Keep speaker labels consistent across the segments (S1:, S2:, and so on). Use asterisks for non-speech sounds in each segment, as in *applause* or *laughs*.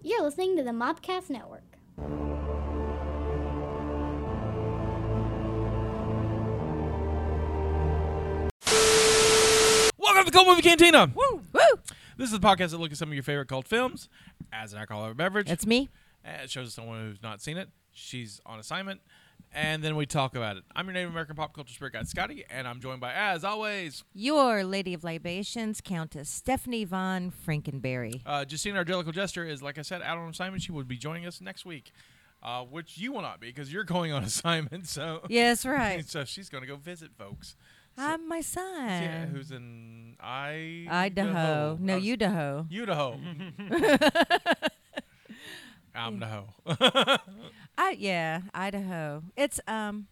S1: You're listening to the Mobcast Network.
S2: Welcome to the Cold Movie Cantina.
S3: Woo! Woo!
S2: This is the podcast that looks at some of your favorite cult films as an alcoholic beverage.
S3: That's me.
S2: And it shows someone who's not seen it. She's on assignment. And then we talk about it. I'm your Native American pop culture spirit guide, Scotty, and I'm joined by, as always,
S3: Your Lady of Libations, Countess Stephanie von Frankenberry.
S2: uh, Justine Angelical Jester is, like I said, out on assignment. She will be joining us next week, uh, which you will not be because you're going on *laughs* assignment. So,
S3: *laughs* Yes,
S2: *laughs*
S3: right.
S2: so she's going to go visit folks.
S3: I'm Ah, my son.
S2: Yeah, who's in I
S3: Idaho. No,
S2: I was-
S3: Idaho. *laughs*
S2: Idaho. I'm Idaho.
S3: I yeah, Idaho. It's um,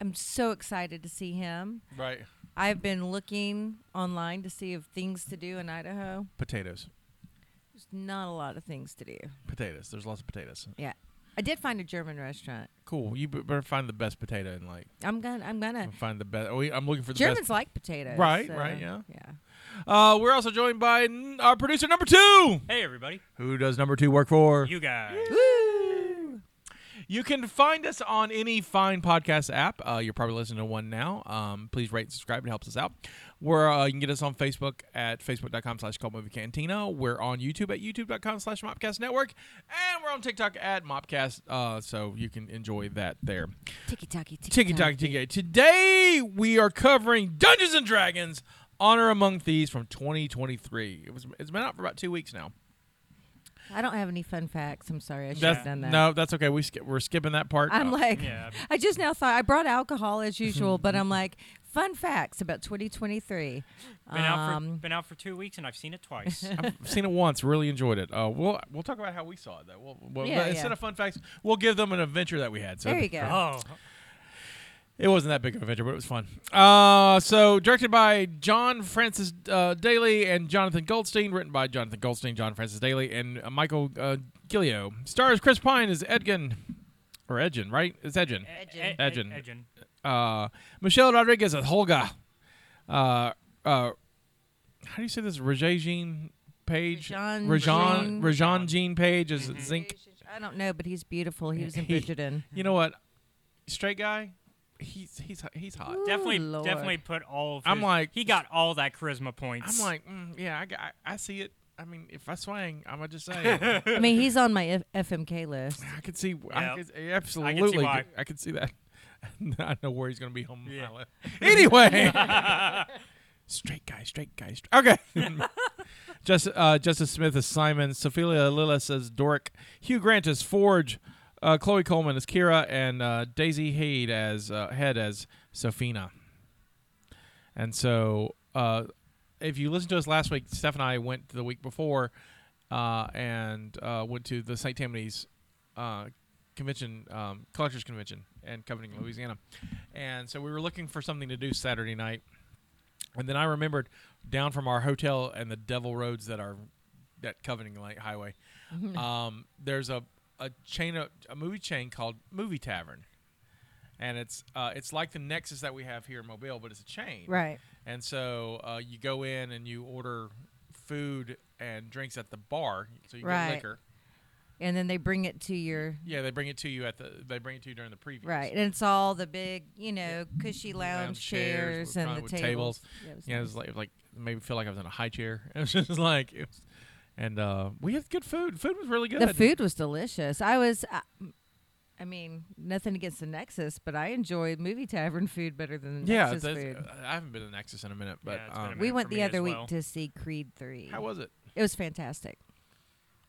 S3: I'm so excited to see him.
S2: right.
S3: I've been looking online to see if things to do in Idaho.
S2: Potatoes.
S3: There's not a lot of things to do.
S2: Potatoes. There's lots of potatoes.
S3: Yeah, I did find a German restaurant.
S2: Cool. You be- better find the best potato and like
S3: I'm gonna. I'm gonna.
S2: find the best. Oh, I'm looking for the
S3: Uh, Germans like potatoes.
S2: Right,
S3: so,
S2: right, yeah.
S3: Yeah.
S2: best. Uh, we're also joined by n- our producer number two.
S4: Hey everybody,
S2: Who does number two work for?
S4: you guys.
S2: You can find us on any fine podcast app. Uh, you're probably listening to one now. Um, please rate, subscribe. It helps us out. Where uh, you can get us on Facebook at facebook.com slash cult movie cantina. We're on YouTube at youtube.com slash mopcast network. And we're on TikTok at mopcast. Uh, so you can enjoy that there.
S3: Tiki taki.
S2: Tiki Taki Tiki. Today we are covering Dungeons and Dragons Honor Among Thieves from 2023. It was it's been out for about two weeks now.
S3: I don't have any fun facts. I'm sorry. I should
S2: That's-
S3: have done that.
S2: No, that's okay. We skip, we're skipping that part.
S3: I'm
S2: Uh,
S3: like,
S4: Yeah.
S3: I just now thought I brought alcohol
S2: *laughs*
S3: as usual, but I'm like, fun facts about 2023.
S4: Been out for
S3: Um,
S4: been out for two weeks and I've seen
S3: *laughs*
S4: it twice.
S2: I've seen it once. Really enjoyed it. Uh, we'll we'll talk about how we saw it though. We'll, we'll,
S3: Yeah,
S2: but instead
S3: yeah.
S2: of fun facts, we'll give them an adventure that we had. So
S3: there you go.
S4: oh,
S2: It wasn't that big of an adventure, but it was fun. Uh, so directed by John Francis uh, Daly and Jonathan Goldstein, written by Jonathan Goldstein, John Francis Daly, and uh, Michael uh, Gillio. Stars Chris Pine as Edgin, or Edgin, right? It's Edgin.
S4: E-,
S3: Edgin.
S2: Edgin.
S4: Edgin.
S2: Uh, Michelle Rodriguez as Holga. Uh, uh, how do you say this? Rajean Page.
S3: Rajan-
S2: Rajan.
S3: Rajan.
S2: Rajan Jean Page as Zinc.
S3: I don't know, but he's beautiful. He was in
S2: *laughs* He-
S3: Bridgerton.
S2: You know what? Straight guy. He's he's he's hot.
S3: Ooh,
S4: Definitely,
S3: Lord.
S4: definitely put all. Of his,
S2: I'm like-
S4: he got all that charisma points.
S2: I'm like, mm, yeah, I, got- I, I see it. I mean, if I swing, I'm just saying,
S3: I mean, he's on my F- FMK
S2: *laughs*
S3: list.
S2: I could see, I
S4: Yep.
S2: could, absolutely,
S4: why.
S2: I could see that. *laughs* I know where he's gonna be home.
S4: Yeah.
S2: my li- Anyway, *laughs* straight guy, straight guy. Straight. Okay. *laughs* Just, uh, Justice Smith as Simon, Sophia Lillis as Doric, Hugh Grant as Forge, uh, Chloe Coleman as Kira, and uh, Daisy Haid as uh, Head as Sophina. And so, uh, if you listened to us last week, Steph and I went the week before uh, and uh, went to the St. Tammany's uh, convention, um, collectors convention in Covington, Louisiana. And so we were looking for something to do Saturday night. And then I remembered down from our hotel and the devil roads that are that Covington Lake Highway. um, there's a, a chain of, a movie chain called Movie Tavern. And it's uh, it's like the Nexus that we have here in Mobile, but it's a chain.
S3: Right.
S2: And so uh, you go in and you order food and drinks at the bar, so you
S3: Right.
S2: get liquor.
S3: And then they bring it to your.
S2: Yeah, they bring it to you at the. They bring it to you during the previews.
S3: Right. And it's all the big, you know, cushy
S2: Lounge
S3: lounge,
S2: chairs
S3: chairs,
S2: with-
S3: and the
S2: with tables.
S3: tables. Yeah, it was
S2: Yeah, it
S3: nice.
S2: was like, it was like made me feel like I was in a high chair. *laughs* It was just like, it was, and uh, we had good food. Food was really good.
S3: The food was delicious. I was, I, I mean, nothing against the Nexus, but I enjoyed movie tavern food better than the
S2: Yeah,
S3: Nexus
S2: that's- uh,
S3: food.
S2: I haven't been to Nexus in a minute, but
S4: Yeah, it's been a
S2: um,
S4: minute.
S3: we
S4: uh, for
S3: went
S4: me
S3: the
S4: as
S3: other week
S4: well.
S3: to see Creed Three.
S2: how was it?
S3: it? Was fantastic.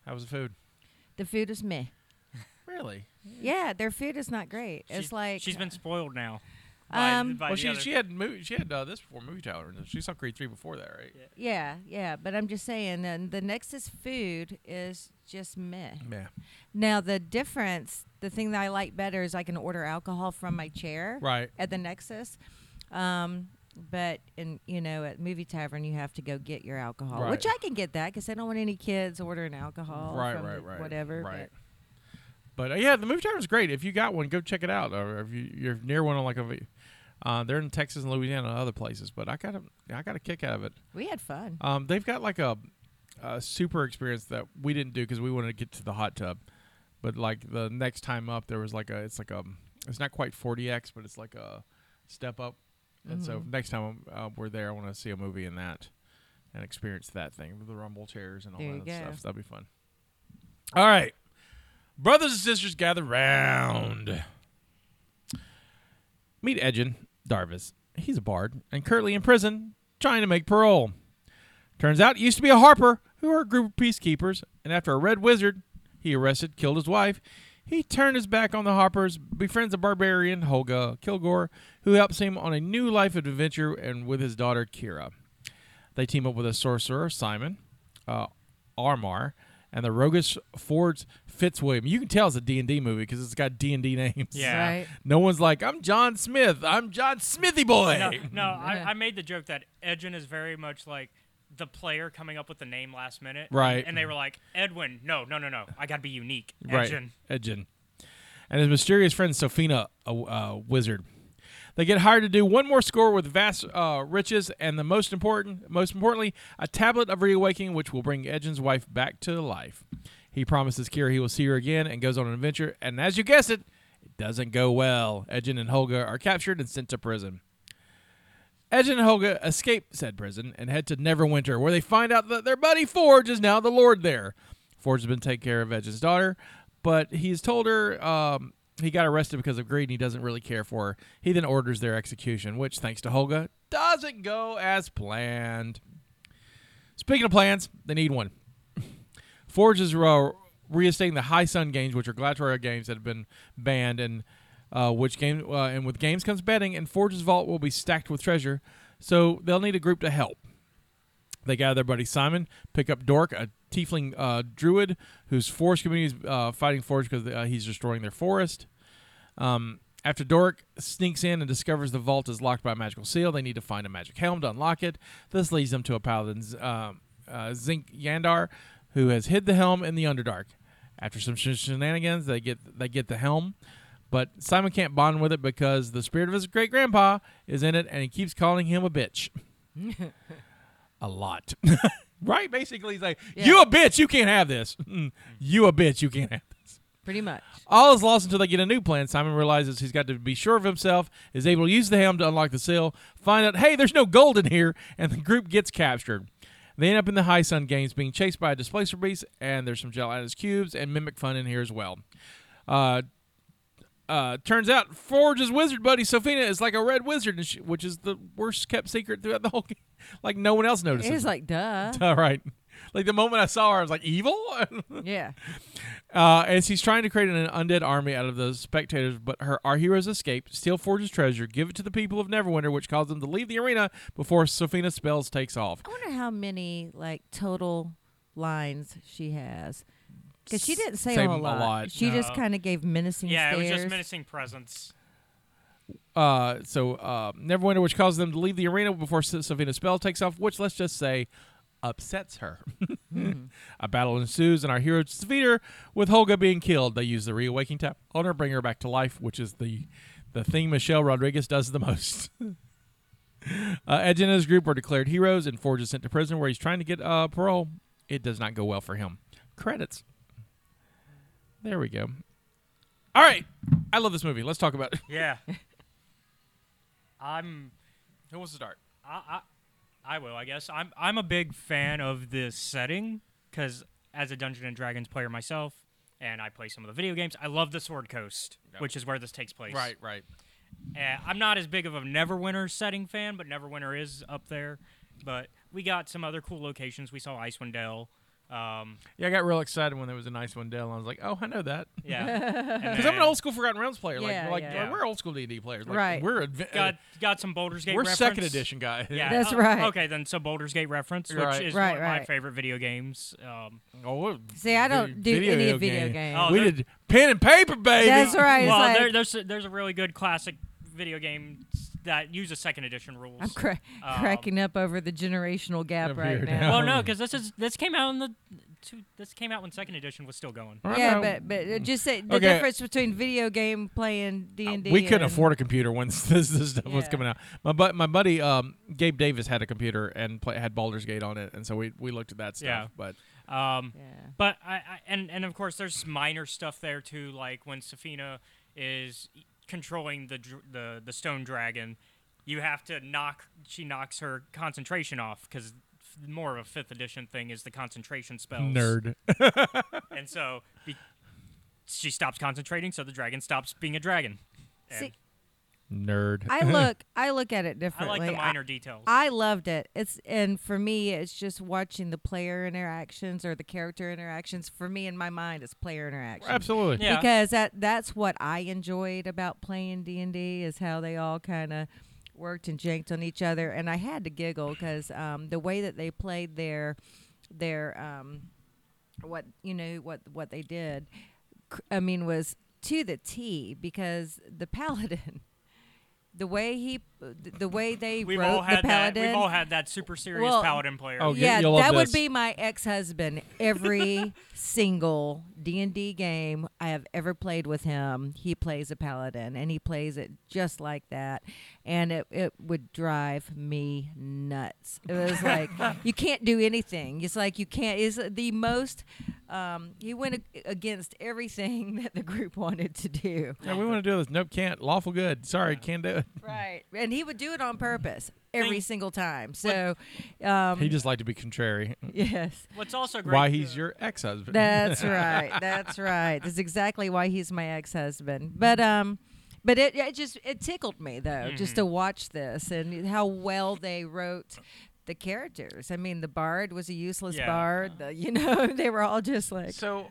S2: How was the food?
S3: The food was
S4: Mm.
S3: meh.
S2: Really?
S3: Yeah, their food is not great.
S4: She's-
S3: it's like uh,
S4: she's been spoiled now.
S3: Um,
S4: by, by
S2: well,
S4: the
S2: she
S4: other-
S2: she had movie, she had uh, this before movie tower. and She saw Creed three before that, right?
S4: Yeah.
S3: yeah, yeah. But I'm just saying, and the Nexus food is just meh.
S2: Yeah.
S3: Now the difference, the thing that I like better is I can order alcohol from my chair.
S2: Right.
S3: at the Nexus. Um, but in you know at movie tavern you have to go get your alcohol,
S2: Right.
S3: which I can get that because I don't want any kids ordering alcohol.
S2: Right,
S3: from
S2: right,
S3: the
S2: right,
S3: Whatever.
S2: right. But uh, yeah, the movie tower is great. If you got one, go check it out. Or if you, you're near one, on like a, uh, they're in Texas and Louisiana and other places. But I got a I got a kick out of it.
S3: but we had fun.
S2: Um, they've got like a uh, super experience that we didn't do because we wanted to get to the hot tub, but like the next time up, there was like a it's like a it's not quite 40x, but it's like a step up. And so
S3: Mm-hmm.
S2: next time uh, we're there, I want to see a movie in that and experience that thing with the rumble chairs and all
S3: There
S2: that
S3: you
S2: other
S3: go.
S2: stuff. That'd be fun. All right. Brothers and sisters, gather round. Meet Edgin Darvis. He's a bard and currently in prison, trying to make parole. Turns out he used to be a harper who hurt a group of peacekeepers, and after a red wizard he arrested killed his wife, he turned his back on the harpers, befriends a barbarian, Holga Kilgore, who helps him on a new life of adventure and with his daughter Kira. They team up with a sorcerer, Simon, uh, Armar, and the roguish Forge Fitzwilliam. You can tell it's a D&D movie because it's got D&D names.
S4: Yeah.
S3: Right.
S2: No one's like, I'm John Smith. I'm John Smithy Boy.
S4: No, no I, I made the joke that Edgin is very much like the player coming up with the name last minute.
S2: Right.
S4: And they were like, Edwin, no, no, no, no. I got to be unique.
S2: Right.
S4: Edgin.
S2: Edgin. And his mysterious friend, Sophina, a uh, wizard. They get hired to do one more score with vast uh, riches, and the most important, most importantly, a tablet of reawakening, which will bring Edgin's wife back to life. He promises Kira he will see her again, and goes on an adventure. And as you guessed it, it doesn't go well. Edgin and Holga are captured and sent to prison. Edgin and Holga escape said prison and head to Neverwinter, where they find out that their buddy Forge is now the Lord there. Forge has been taking care of Edgin's daughter, but he's told her um, he got arrested because of greed and he doesn't really care for her. He then orders their execution, which, thanks to Holga, doesn't go as planned. Speaking of plans, they need one. Forge is uh, reinstating the High Sun games, which are gladiatorial games that have been banned, and uh, which game uh, and with games comes betting, and Forge's vault will be stacked with treasure, so they'll need a group to help. They gather their buddy Simon, pick up Dork, a tiefling uh, druid whose forest community is uh, fighting Forge because uh, he's destroying their forest. Um, after Dork sneaks in and discovers the vault is locked by a magical seal, they need to find a magic helm to unlock it. This leads them to a paladin, um, uh, Zink Yandar, who has hid the helm in the Underdark. After some sh- shenanigans, they get they get the helm, but Simon can't bond with it because the spirit of his great grandpa is in it, and he keeps calling him a bitch. a lot, *laughs* right? Basically, he's like,
S3: Yeah.
S2: "You a bitch, you can't have this. *laughs* Mm, you a bitch, you can't have this."
S3: Pretty much.
S2: All is lost until they get a new plan. Simon realizes he's got to be sure of himself, is able to use the helm to unlock the seal, find out, hey, there's no gold in here, and the group gets captured. They end up in the High Sun Games being chased by a displacer beast, and there's some gelatinous cubes and mimic fun in here as well. Uh, uh, turns out Forge's wizard buddy Sophina is like a red wizard, and she, which is the worst kept secret throughout the whole *laughs* game. Like no one else notices.
S3: It was like, duh.
S2: *laughs* all right. Like the moment I saw her, I was like, evil? *laughs*
S3: yeah.
S2: Uh, as he's trying to create an undead army out of those spectators, but her our heroes escape, steal Forge's treasure, give it to the people of Neverwinter, which causes them to leave the arena before Sofina's spells takes off.
S3: I wonder how many like total lines she has. Because she didn't say
S2: Same
S3: a whole
S2: a
S3: lot.
S2: lot.
S3: She just
S4: No.
S3: kind of gave menacing
S4: Yeah,
S3: stares.
S4: it was just menacing presence.
S2: Uh, so uh, Neverwinter, which causes them to leave the arena before S- Sofina's spell takes off, which let's just say upsets her. *laughs* A battle ensues, and our heroes defeat her, with Holga being killed. They use the reawaking tap on her, bring her back to life, which is the the thing Michelle Rodriguez does the most. *laughs* Uh, Edge and his group are declared heroes, and Forge is sent to prison where he's trying to get uh, parole. It does not go well for him. Credits. There we go. All right. I love this movie. Let's talk about it. *laughs*
S3: *laughs*
S4: Yeah. I'm.
S2: Who wants to start?
S4: I, I, I will. I guess I'm. I'm a big fan of this setting because as a Dungeon and Dragons player myself, and I play some of the video games. I love the Sword Coast, which is where this takes place.
S2: Right, right.
S4: Uh, I'm not as big of a Neverwinter setting fan, but Neverwinter is up there. But we got some other cool locations. We saw Icewind Dale. Um,
S2: Yeah, I got real excited when there was a nice one, Dell. I was like, oh, I know *laughs* that.
S3: *laughs*
S4: yeah,
S2: Because I'm an old school Forgotten Realms player.
S3: Yeah,
S2: like, like,
S3: yeah.
S2: like, we're old school D&D players. Like,
S3: Right.
S2: We're, adv-
S4: got got some Baldur's Gate.
S2: we're
S4: reference.
S2: second edition guys.
S4: Yeah,
S3: That's
S4: oh,
S3: right.
S4: Okay, then so Baldur's Gate reference, which
S2: Right.
S4: is
S3: Right,
S4: one of my
S3: right.
S4: favorite video games. Um,
S2: *laughs* Oh, we're
S3: See, I don't do
S2: video
S3: any of
S2: game.
S3: video games.
S4: Oh,
S2: we
S4: there-
S2: did pen and paper, baby.
S3: That's right. It's
S4: well,
S3: like,
S4: there, there's a, there's a really good classic video game that uses second edition rules.
S3: I'm cra-
S4: Um,
S3: cracking up over the generational gap
S2: Up
S3: right
S2: here
S3: now.
S2: now.
S4: Well, no, because this is this came out in the two, this came out when second edition was still going.
S2: I
S3: yeah,
S2: know.
S3: but but it just say the
S2: Okay.
S3: difference between video game playing D and D.
S2: we couldn't afford a computer when *laughs* this, this stuff was
S3: Yeah.
S2: coming out. My bu- my buddy um, Gabe Davis had a computer and play, had Baldur's Gate on it, and so we, we looked at that stuff.
S4: Yeah.
S2: But
S4: Um,
S3: Yeah.
S4: *laughs* But I, I and and of course there's minor stuff there too, like when Safina is e, controlling the dr- the the stone dragon, you have to knock. She knocks her concentration off because more of a fifth edition thing is the concentration spells.
S2: nerd, *laughs*
S4: And so be, she stops concentrating, so the dragon stops being a dragon. And
S3: See,
S2: nerd.
S3: I look I look at it
S4: I
S3: differently.
S4: like the minor details.
S3: I loved it. It's and for me, it's just watching the player interactions or the character interactions. For me, in my mind, it's player
S2: *laughs*
S3: interaction
S2: Absolutely.
S4: Yeah.
S3: because that that's what I enjoyed about playing D and D is how they all kind of worked and janked on each other, and I had to giggle because um, the way that they played their their um, what you know what what they did, c- I mean, was to the T because the *laughs* paladin. The way he, th- the way they
S4: We've
S3: wrote
S4: all had
S3: the
S4: that.
S3: paladin.
S4: We've all had that super serious
S3: Well,
S4: paladin player.
S2: Oh, yeah,
S3: Yeah,
S2: you'll love
S3: that
S2: this.
S3: would be my ex-husband.
S2: *laughs*
S3: Every single D and D game I have ever played with him, he plays a paladin, and he plays it just like that, and it it would drive me nuts. It
S2: *laughs*
S3: was like you can't do anything. It's like you can't. Is the most. Um, he went ag- against everything *laughs* that the group wanted to do.
S2: Yeah, we want to do this. Nope, can't. Lawful good. Sorry, can't do it.
S3: Right, and he would do it on purpose every
S4: Thing-
S3: single time. So, um,
S2: He just liked to be contrary.
S3: yes.
S4: What's also great.
S2: Why he's
S4: uh,
S2: your ex husband.
S3: That's right. That's right. That's exactly why he's my ex-husband. But um, but it, it just it tickled me though just to watch this and how well they wrote the characters. I mean, the bard was a useless
S4: Yeah.
S3: bard. The, you know, *laughs* they were all just like
S5: So,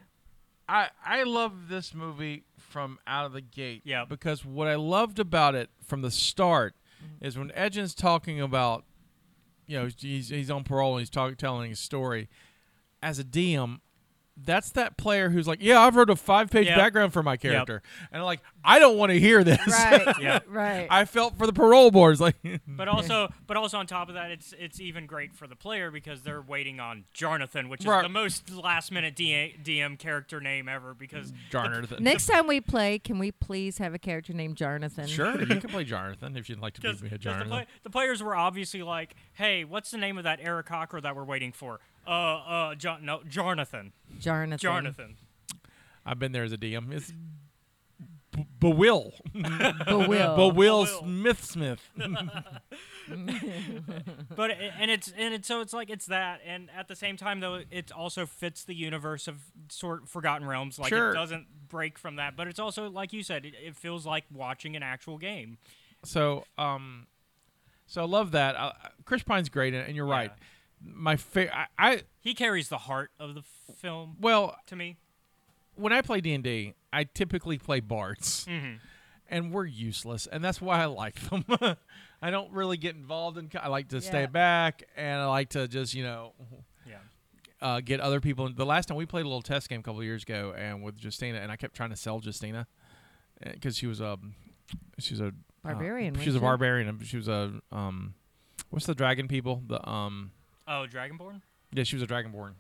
S5: I I love this movie from out of the gate.
S4: Yeah.
S2: Because what I loved about it from the start
S4: Mm-hmm.
S2: is when Edgin's talking about, you know, he's, he's on parole and he's talk, telling his story. As a DM, that's that player who's like, yeah, I've wrote a five page
S4: Yep.
S2: background for my character. And I'm like, I don't want to hear this.
S3: *laughs* right,
S4: Yeah.
S3: right.
S2: *laughs* I felt for the parole boards. Like, *laughs*
S4: But also, but also on top of that, it's it's even great for the player because they're waiting on Jarnathan, which
S2: Right.
S4: is the most last minute DM character name ever.
S2: Mm.
S4: Because
S2: Jarnathan.
S3: Next time we play, can we please have a character named Jonathan?
S2: Sure, you can play Jonathan if you'd like to
S4: because
S2: give me a
S4: the,
S2: Jonathan.
S4: play, the players were obviously like, "Hey, what's the name of that Eric Cocker that we're waiting for?" Uh, uh, John, no, Jarnathan,
S3: Jonathan.
S4: Jarnathan.
S2: I've been there as a DM. It's b- Bewill. *laughs*
S3: Bewill.
S2: Bewill
S4: Bewill.
S2: Smith Smith.
S4: But it- and it's and it's so it's like it's that, and at the same time though, it also fits the universe of sort Forgotten Realms. Like
S2: Sure.
S4: it doesn't break from that, but it's also like you said, it, it feels like watching an actual game.
S2: So, um, so I love that. Uh, Chris Pine's great, and and you're right. My favorite, I, I
S4: He carries the heart of the f- film.
S2: well,
S4: to me.
S2: when I play D and D, I typically play bards, and we're useless, and that's why I like them. *laughs* I don't really get involved in. co- I like to stay
S3: Yeah.
S2: back, and I like to just you know
S4: Yeah.
S2: uh, get other people. The last time we played a little test game a couple of years ago, and with Justina, and I kept trying to sell Justina because she was a she's a
S3: Barbarian,
S2: Uh, she's a
S3: wasn't she?
S2: barbarian. and She was a um, what's the dragon people? The um,
S4: Oh, Dragonborn.
S2: yeah, she was a dragonborn,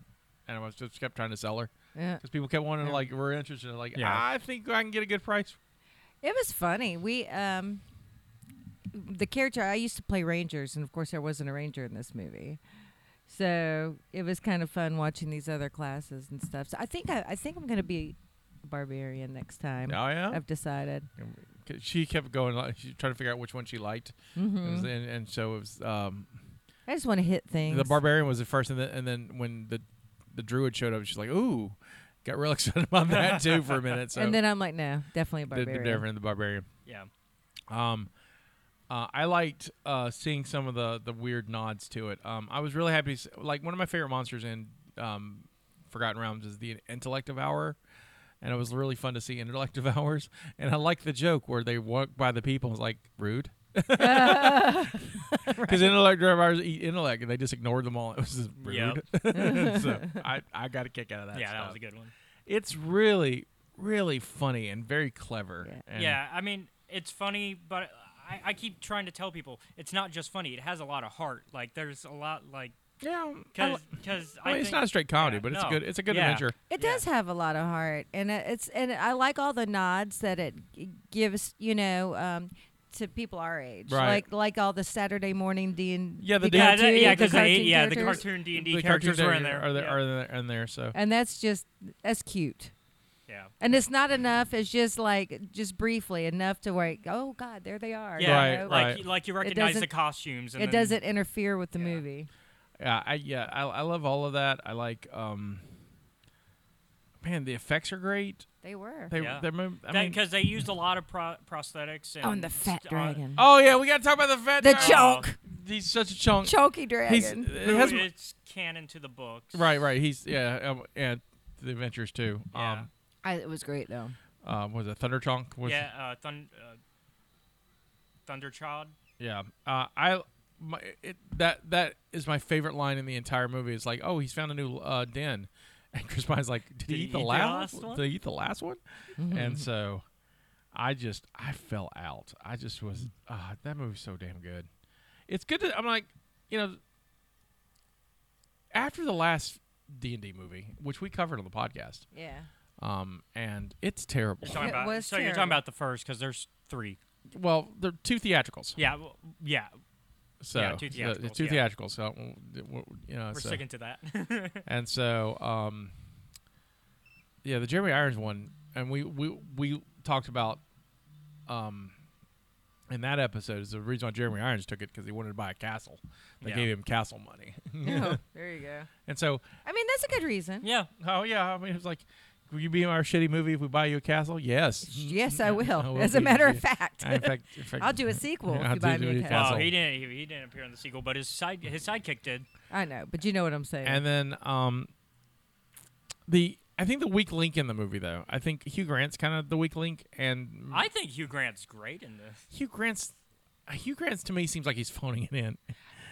S2: and I was just kept trying to sell her
S3: Yeah.
S2: because people kept wanting to
S3: Yeah.
S2: like we're interested. in, Like
S4: Yeah.
S2: I think I can get a good price.
S3: It was funny. We um the character I used to play rangers and of course there wasn't a ranger in this movie. So it was kind of fun watching these other classes and stuff. So I think I, I think I'm gonna be a barbarian next time.
S2: Oh yeah.
S3: I've decided.
S2: 'Cause She kept going, like, she trying to figure out which one she liked, It was-
S3: hmm
S2: and, and so it was. Um,
S3: I just want to hit things.
S2: the barbarian was the first, and then, and then when the the druid showed up, she's like, "Ooh," got real *laughs* excited about that too for a minute. So
S3: and then I'm like, no, definitely a
S2: the, the
S3: barbarian.
S2: different the barbarian.
S4: Yeah.
S2: Um, uh, I liked uh, seeing some of the the weird nods to it. Um, I was really happy. to s- Like one of my favorite monsters in um, Forgotten Realms is the Intellect of Hour, and it was really fun to see Intellect of *laughs* Hours. And I like the joke where they walk by the people and it's like
S3: *laughs*
S2: rude. *laughs* Because intellect drivers eat intellect, and they just ignored them all. It was just *laughs* rude. *laughs* so I, I got a kick out of that.
S4: yeah, that
S2: stuff.
S4: was a good one.
S2: It's really, really funny and very clever.
S3: Yeah.
S2: And
S4: yeah, I mean, it's funny, but I, I keep trying to tell people it's not just funny. It has a lot of heart. Like, there's a lot like
S2: Yeah, I li-
S4: because because
S2: I mean, it's not a straight comedy,
S4: yeah,
S2: but it's
S4: no.
S2: a good it's a good
S4: Yeah.
S2: adventure.
S3: It
S4: Yeah.
S3: does have a lot of heart, and it- it's and I like all the nods that it g- gives, you know, um, to people our age,
S2: Right.
S3: like like all the Saturday morning D and
S2: Yeah, the
S4: yeah,
S2: D-
S4: that- yeah,
S3: because
S4: because they yeah the cartoon D and D
S2: The
S4: characters
S2: cartoon
S4: were in
S2: that
S4: there.
S2: Are there,
S4: yeah.
S2: are there in there? So
S3: and that's just that's cute,
S4: yeah.
S3: and it's not enough. It's just like just briefly enough to where oh god, there they are. you
S4: Yeah,
S2: Right,
S3: know?
S4: like
S2: right.
S4: you- like you recognize the
S3: doesn't-
S4: costumes. And
S3: It
S4: then-
S3: doesn't interfere with the
S4: Yeah.
S3: movie.
S2: yeah, I yeah I, I love all of that. I like um, man, the effects are great.
S3: They were
S2: They
S4: Yeah.
S2: they're mov- I mean,
S4: because they used a lot of pro- prosthetics and
S3: on um, Oh, the fat
S4: st- uh, on-
S3: dragon,
S2: oh yeah, we gotta talk about the fat.
S3: the
S2: dragon.
S3: chunk,
S2: He's such a chunk.
S3: chunky
S2: He's
S3: dragon.
S2: it
S4: who
S2: has-
S4: it's canon to the books.
S2: right, right. He's yeah, um, and the adventures too.
S4: Yeah.
S3: I, it was great though.
S2: Um, uh, was it Thunder Chunk? Was
S4: yeah. Uh, thun- uh, Thunderchild.
S2: Yeah, uh, I my, it, that that is my favorite line in the entire movie. It's like, oh, he's found a new uh, den, *laughs* and Chris Pine's like, did, he eat the last?
S4: last one?
S2: Did he eat the last one? and so, I just I fell out. I just was uh, that movie's so damn good. It's good. To, I'm like, you know, after the last D and D movie, which we covered on the podcast,
S3: Yeah,
S2: um, and it's terrible.
S4: You're talking
S3: It
S4: about,
S3: was
S4: so you're talking
S3: terrible.
S4: about the first because there's three.
S2: Well, they're two theatricals.
S4: Yeah. Well, yeah.
S2: So
S4: Yeah,
S2: so
S4: two
S2: it's
S4: theatricals,
S2: two
S4: yeah.
S2: theatricals. So w- you know,
S4: We're
S2: so.
S4: sticking to that. *laughs*
S2: And so, um, yeah, the Jeremy Irons one, and we we we talked about, um, in that episode is the reason why Jeremy Irons took it because he wanted to buy a castle. They
S4: Yeah.
S2: gave him castle money, *laughs*
S3: Oh, *laughs* there you go.
S2: and so
S3: I mean, that's a good reason.
S4: yeah.
S2: oh yeah, I mean it's like, will you be in our shitty movie if we buy you a castle? Yes.
S3: Yes, I will.
S2: I will
S3: As a
S2: be-
S3: matter of
S2: yeah.
S3: fact,
S2: I- in fact, in fact-
S3: I'll do a sequel
S2: I'll
S3: if you
S2: do-
S3: buy
S2: do
S3: me
S2: it
S3: a
S2: Castle.
S4: Well,
S3: pass.
S4: Oh, he didn't. He, he didn't appear in the sequel, but his side his sidekick did.
S3: *laughs* I know, but you know what I'm saying.
S2: And then um, the I think the weak link in the movie though. I think Hugh Grant's kind of the weak link, and
S4: I think Hugh Grant's great in this.
S2: Hugh Grant's uh, Hugh Grant's to me seems like he's phoning it in.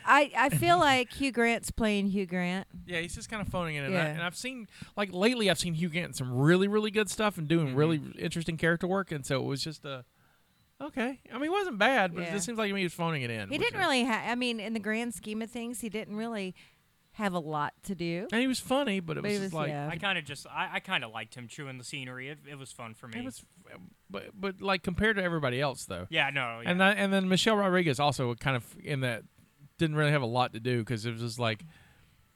S3: I,
S2: *laughs*
S3: I feel like Hugh Grant's playing Hugh Grant.
S2: Yeah, he's just kind of phoning it in.
S3: Yeah.
S2: And, I, have seen like lately, I've seen Hugh Grant in some really really good stuff and doing really interesting character work, and so it was just a okay. I mean, it wasn't bad, but it
S3: Yeah.
S2: just seems like to me he was phoning it in.
S3: He
S2: which
S3: didn't
S2: is-
S3: really have. I mean, in the grand scheme of things, he didn't really have a lot to do.
S2: And he was funny, but it
S3: But
S2: was,
S3: he
S2: just
S3: was-
S2: like
S3: yeah.
S4: I kind of just I, I kind of liked him chewing the scenery. It, it was fun for me.
S2: it was, but but like compared to everybody else though.
S4: yeah. No. Yeah.
S2: And I, and then Michelle Rodriguez also kind of in that didn't really have a lot to do because it was just like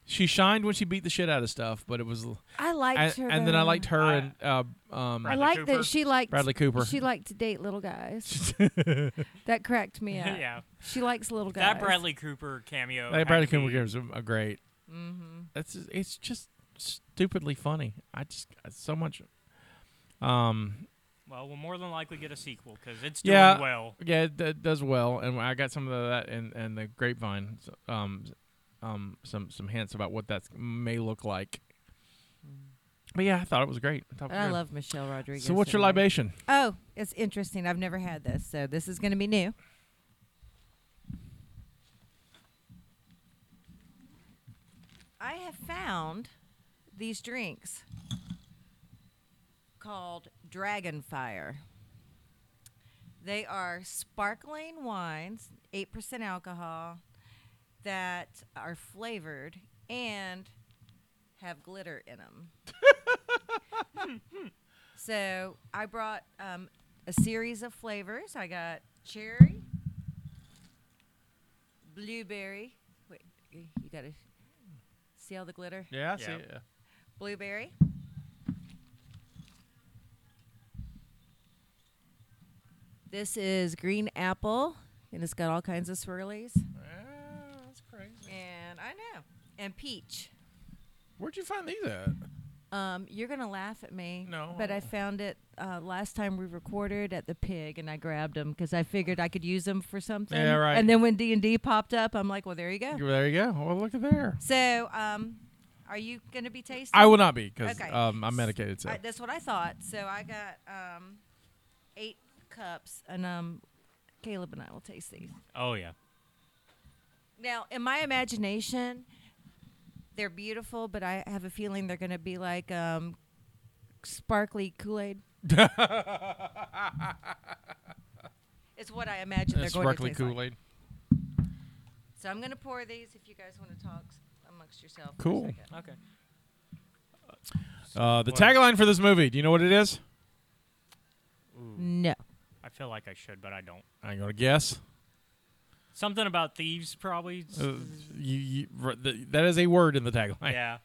S2: she shined when she beat the shit out of stuff, but it was
S3: I liked
S2: and,
S3: her.
S2: and then I
S3: though.
S2: liked her
S4: I-
S2: and uh, um
S3: I
S4: Bradley
S3: liked
S4: Cooper.
S3: that she liked
S2: Bradley Cooper.
S3: She liked to date
S2: *laughs*
S3: little guys. that cracked me up.
S4: *laughs* yeah.
S3: She likes little guys.
S4: That Bradley Cooper cameo.
S2: Like
S4: had
S2: Bradley
S4: to be-
S2: Cooper gives him a great.
S3: Mm-hmm.
S2: That's just- it's just stupidly funny. I just it's so much. Um.
S4: Well, we'll more than likely get a sequel because it's doing
S2: Yeah.
S4: well.
S2: Yeah, it, it does well, and I got some of that and and the grapevine. so, Um, s- um, some some hints about what that may look like. But yeah, I thought it was great. I, thought it
S3: But
S2: was
S3: Mm. I
S2: good.
S3: love Michelle Rodriguez.
S2: So, what's your
S3: in it.
S2: libation?
S3: Oh, it's interesting. I've never had this, so this is going to be new. I have found these drinks called Dragon Fire. They are sparkling wines, 8% alcohol, that are flavored and have glitter in them. So I brought um, a series of flavors. I got cherry, blueberry. Wait, y- you gotta see all the glitter.
S2: Yeah, I
S4: see Yeah. it,
S3: Blueberry. This is green apple, and it's got all kinds of swirlies.
S2: Ah, that's crazy.
S3: And I know. And peach.
S2: Where'd you find these at?
S3: Um, you're gonna laugh at me.
S2: No.
S3: But I found it uh, last time we recorded at the pig, and I grabbed them because I figured I could use them for something.
S2: Yeah, right.
S3: And then when D and D popped up, I'm like, well, there you go.
S2: There you go. Well, look at there.
S3: So, um, are you gonna be tasting?
S2: I will not be because
S3: Okay.
S2: um, I'm medicated. So
S3: I- that's what I thought. So I got um, eight cups, and um, Caleb and I will taste these.
S4: Oh yeah.
S3: Now, in my imagination, they're beautiful, but I have a feeling they're gonna be like um, sparkly Kool Aid.
S2: *laughs*
S3: it's what I imagine they're
S2: sparkly
S3: going to taste like.
S2: Kool Aid.
S3: So I'm gonna pour these. If you guys want to talk, s- amongst yourself. for a
S2: Cool.
S3: second.
S4: Okay.
S2: Uh, the
S4: What?
S2: tagline for this movie. Do you know what it is?
S3: No.
S4: I feel like I should, but I don't.
S2: I'm gonna guess.
S4: Something about thieves, probably.
S2: Uh, you, you, r- th- that is a word in the tagline.
S4: yeah.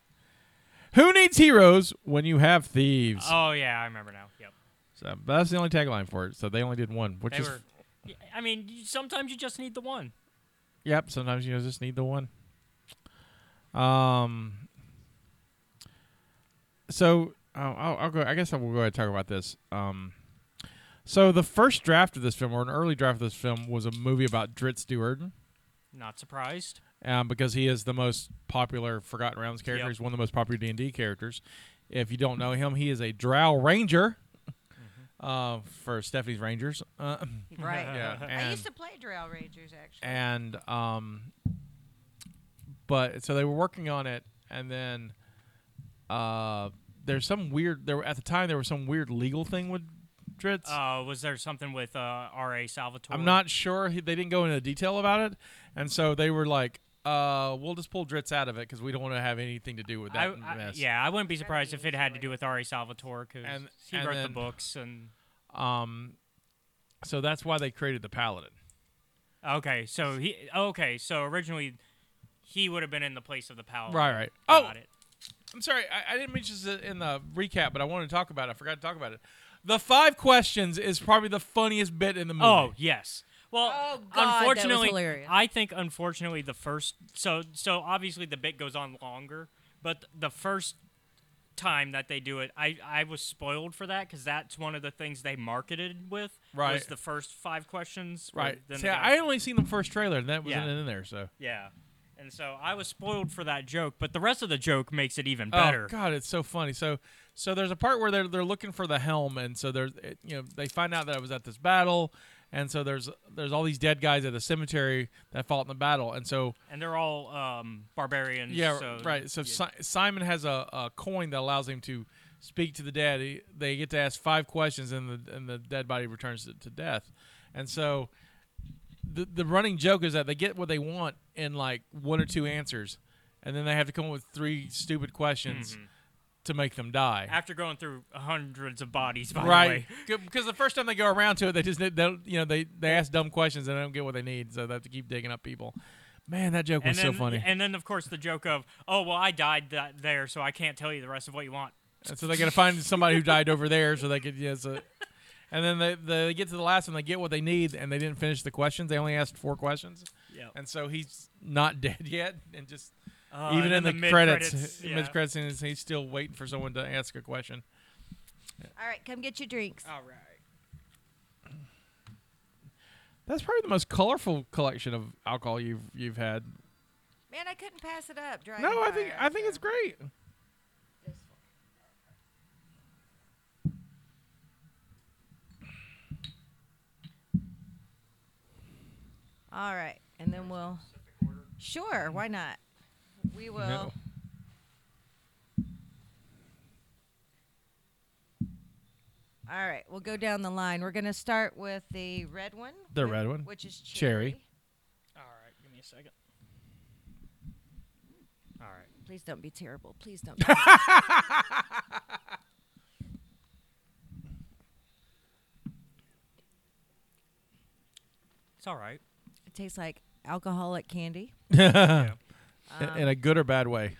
S2: Who needs heroes when you have thieves?
S4: Oh yeah, I remember now. Yep.
S2: So, but that's the only tagline for it. So they only did one, which
S4: They
S2: is
S4: were. I mean, you- sometimes you just need the one.
S2: Yep, sometimes you just need the one. Um. So I'll, I'll, I'll go. I guess I will go ahead and talk about this. Um. So the first draft of this film, or an early draft of this film, was a movie about Dritz Stewart,
S4: Not surprised.
S2: um, because he is the most popular Forgotten Realms character.
S4: Yep.
S2: He's one of the most popular D and D characters. If you don't know him, he is a Drow Ranger, uh, for Stephanie's Rangers. Uh,
S3: Right.
S2: yeah,
S3: *laughs* I
S2: and-
S3: used to play Drow Rangers actually.
S2: and um but so they were working on it and then uh there's some weird there were at the time there was some weird legal thing with Dritz.
S4: Uh, was there something with uh, R.A. Salvatore?
S2: I'm not sure he, they didn't go into detail about it and so they were like uh we'll just pull Dritz out of it cuz we don't want to have anything to do with
S4: I,
S2: that
S4: I-
S2: mess.
S4: yeah, I wouldn't be surprised if it had to do with R.A. Salvatore because
S2: And-
S4: he
S2: and
S4: wrote the
S2: then-
S4: books and.
S2: Um so that's why they created the Paladin.
S4: Okay, so he. Okay, so originally, he would have been in the place of the paladin.
S2: Right, right. Oh!
S4: Got it.
S2: I'm sorry, I, I didn't mention this uh, in the recap, but I wanted to talk about it. I forgot to talk about it. The five questions is probably the funniest bit in the movie.
S4: Oh yes. Well,
S3: Oh, God, that was
S4: unfortunately,
S3: hilarious.
S4: I think unfortunately the first so so obviously the bit goes on longer, but the first time that they do it, I I was spoiled for that because that's one of the things they marketed with
S2: Right.
S4: was the first five questions. where
S2: Right.
S4: Then
S2: See,
S4: they got-
S2: I only seen the first trailer, and that wasn't
S4: Yeah.
S2: in there. So
S4: yeah, and so I was spoiled for that joke, but the rest of the joke makes it even better.
S2: Oh God, it's so funny. So, so there's a part where they're they're looking for the helm, and so there's it, you know they find out that I was at this battle, and so there's there's all these dead guys at the cemetery that fought in the battle, and so
S4: And they're all um, barbarians.
S2: yeah,
S4: so,
S2: right. So si- Simon has a, a coin that allows him to speak to the dead. He, they get to ask five questions, and the and the dead body returns to, to death. And so, the the running joke is that they get what they want in like one or two answers, and then they have to come up with three stupid questions
S4: Mm-hmm.
S2: to make them die.
S4: After going through hundreds of bodies, by the
S2: Right,
S4: way.
S2: because the first time they go around to it, they just they don't, you know they they ask dumb questions and they don't get what they need, so they have to keep digging up people. Man, that joke
S4: and
S2: was
S4: then,
S2: so funny.
S4: And then, of course, the joke of, oh, well, I died that there, so I can't tell you the rest of what you want.
S2: And so they got to find somebody who died over there so they could, yeah. So, and then they, they get to the last one, they get what they need, and they didn't finish the questions. They only asked four questions.
S4: Yeah.
S2: And so he's not *laughs* dead yet. And just
S4: Uh,
S2: even in
S4: and
S2: the,
S4: then
S2: credits,
S4: mid-credits, yeah.
S2: mid credits, scenes, he's still waiting for someone to ask a question.
S3: All right, come get your drinks.
S4: All right.
S2: That's probably the most colorful collection of alcohol you've you've had.
S3: Man, I couldn't pass it up. Dragon
S2: No, I think
S3: Fire,
S2: I think
S3: so.
S2: it's great.
S3: All right, and then we'll. Sure, why not? We will.
S2: No.
S3: All right, we'll go down the line. We're going to start with the red one.
S2: The
S3: whi-
S2: red one.
S3: Which is cherry.
S2: Cherry.
S4: All right. Give me a second. All right.
S3: Please don't be terrible. Please don't. Be
S2: *laughs*
S3: terrible.
S4: It's all right.
S3: it tastes like alcoholic candy.
S2: *laughs* in, in a good or bad way.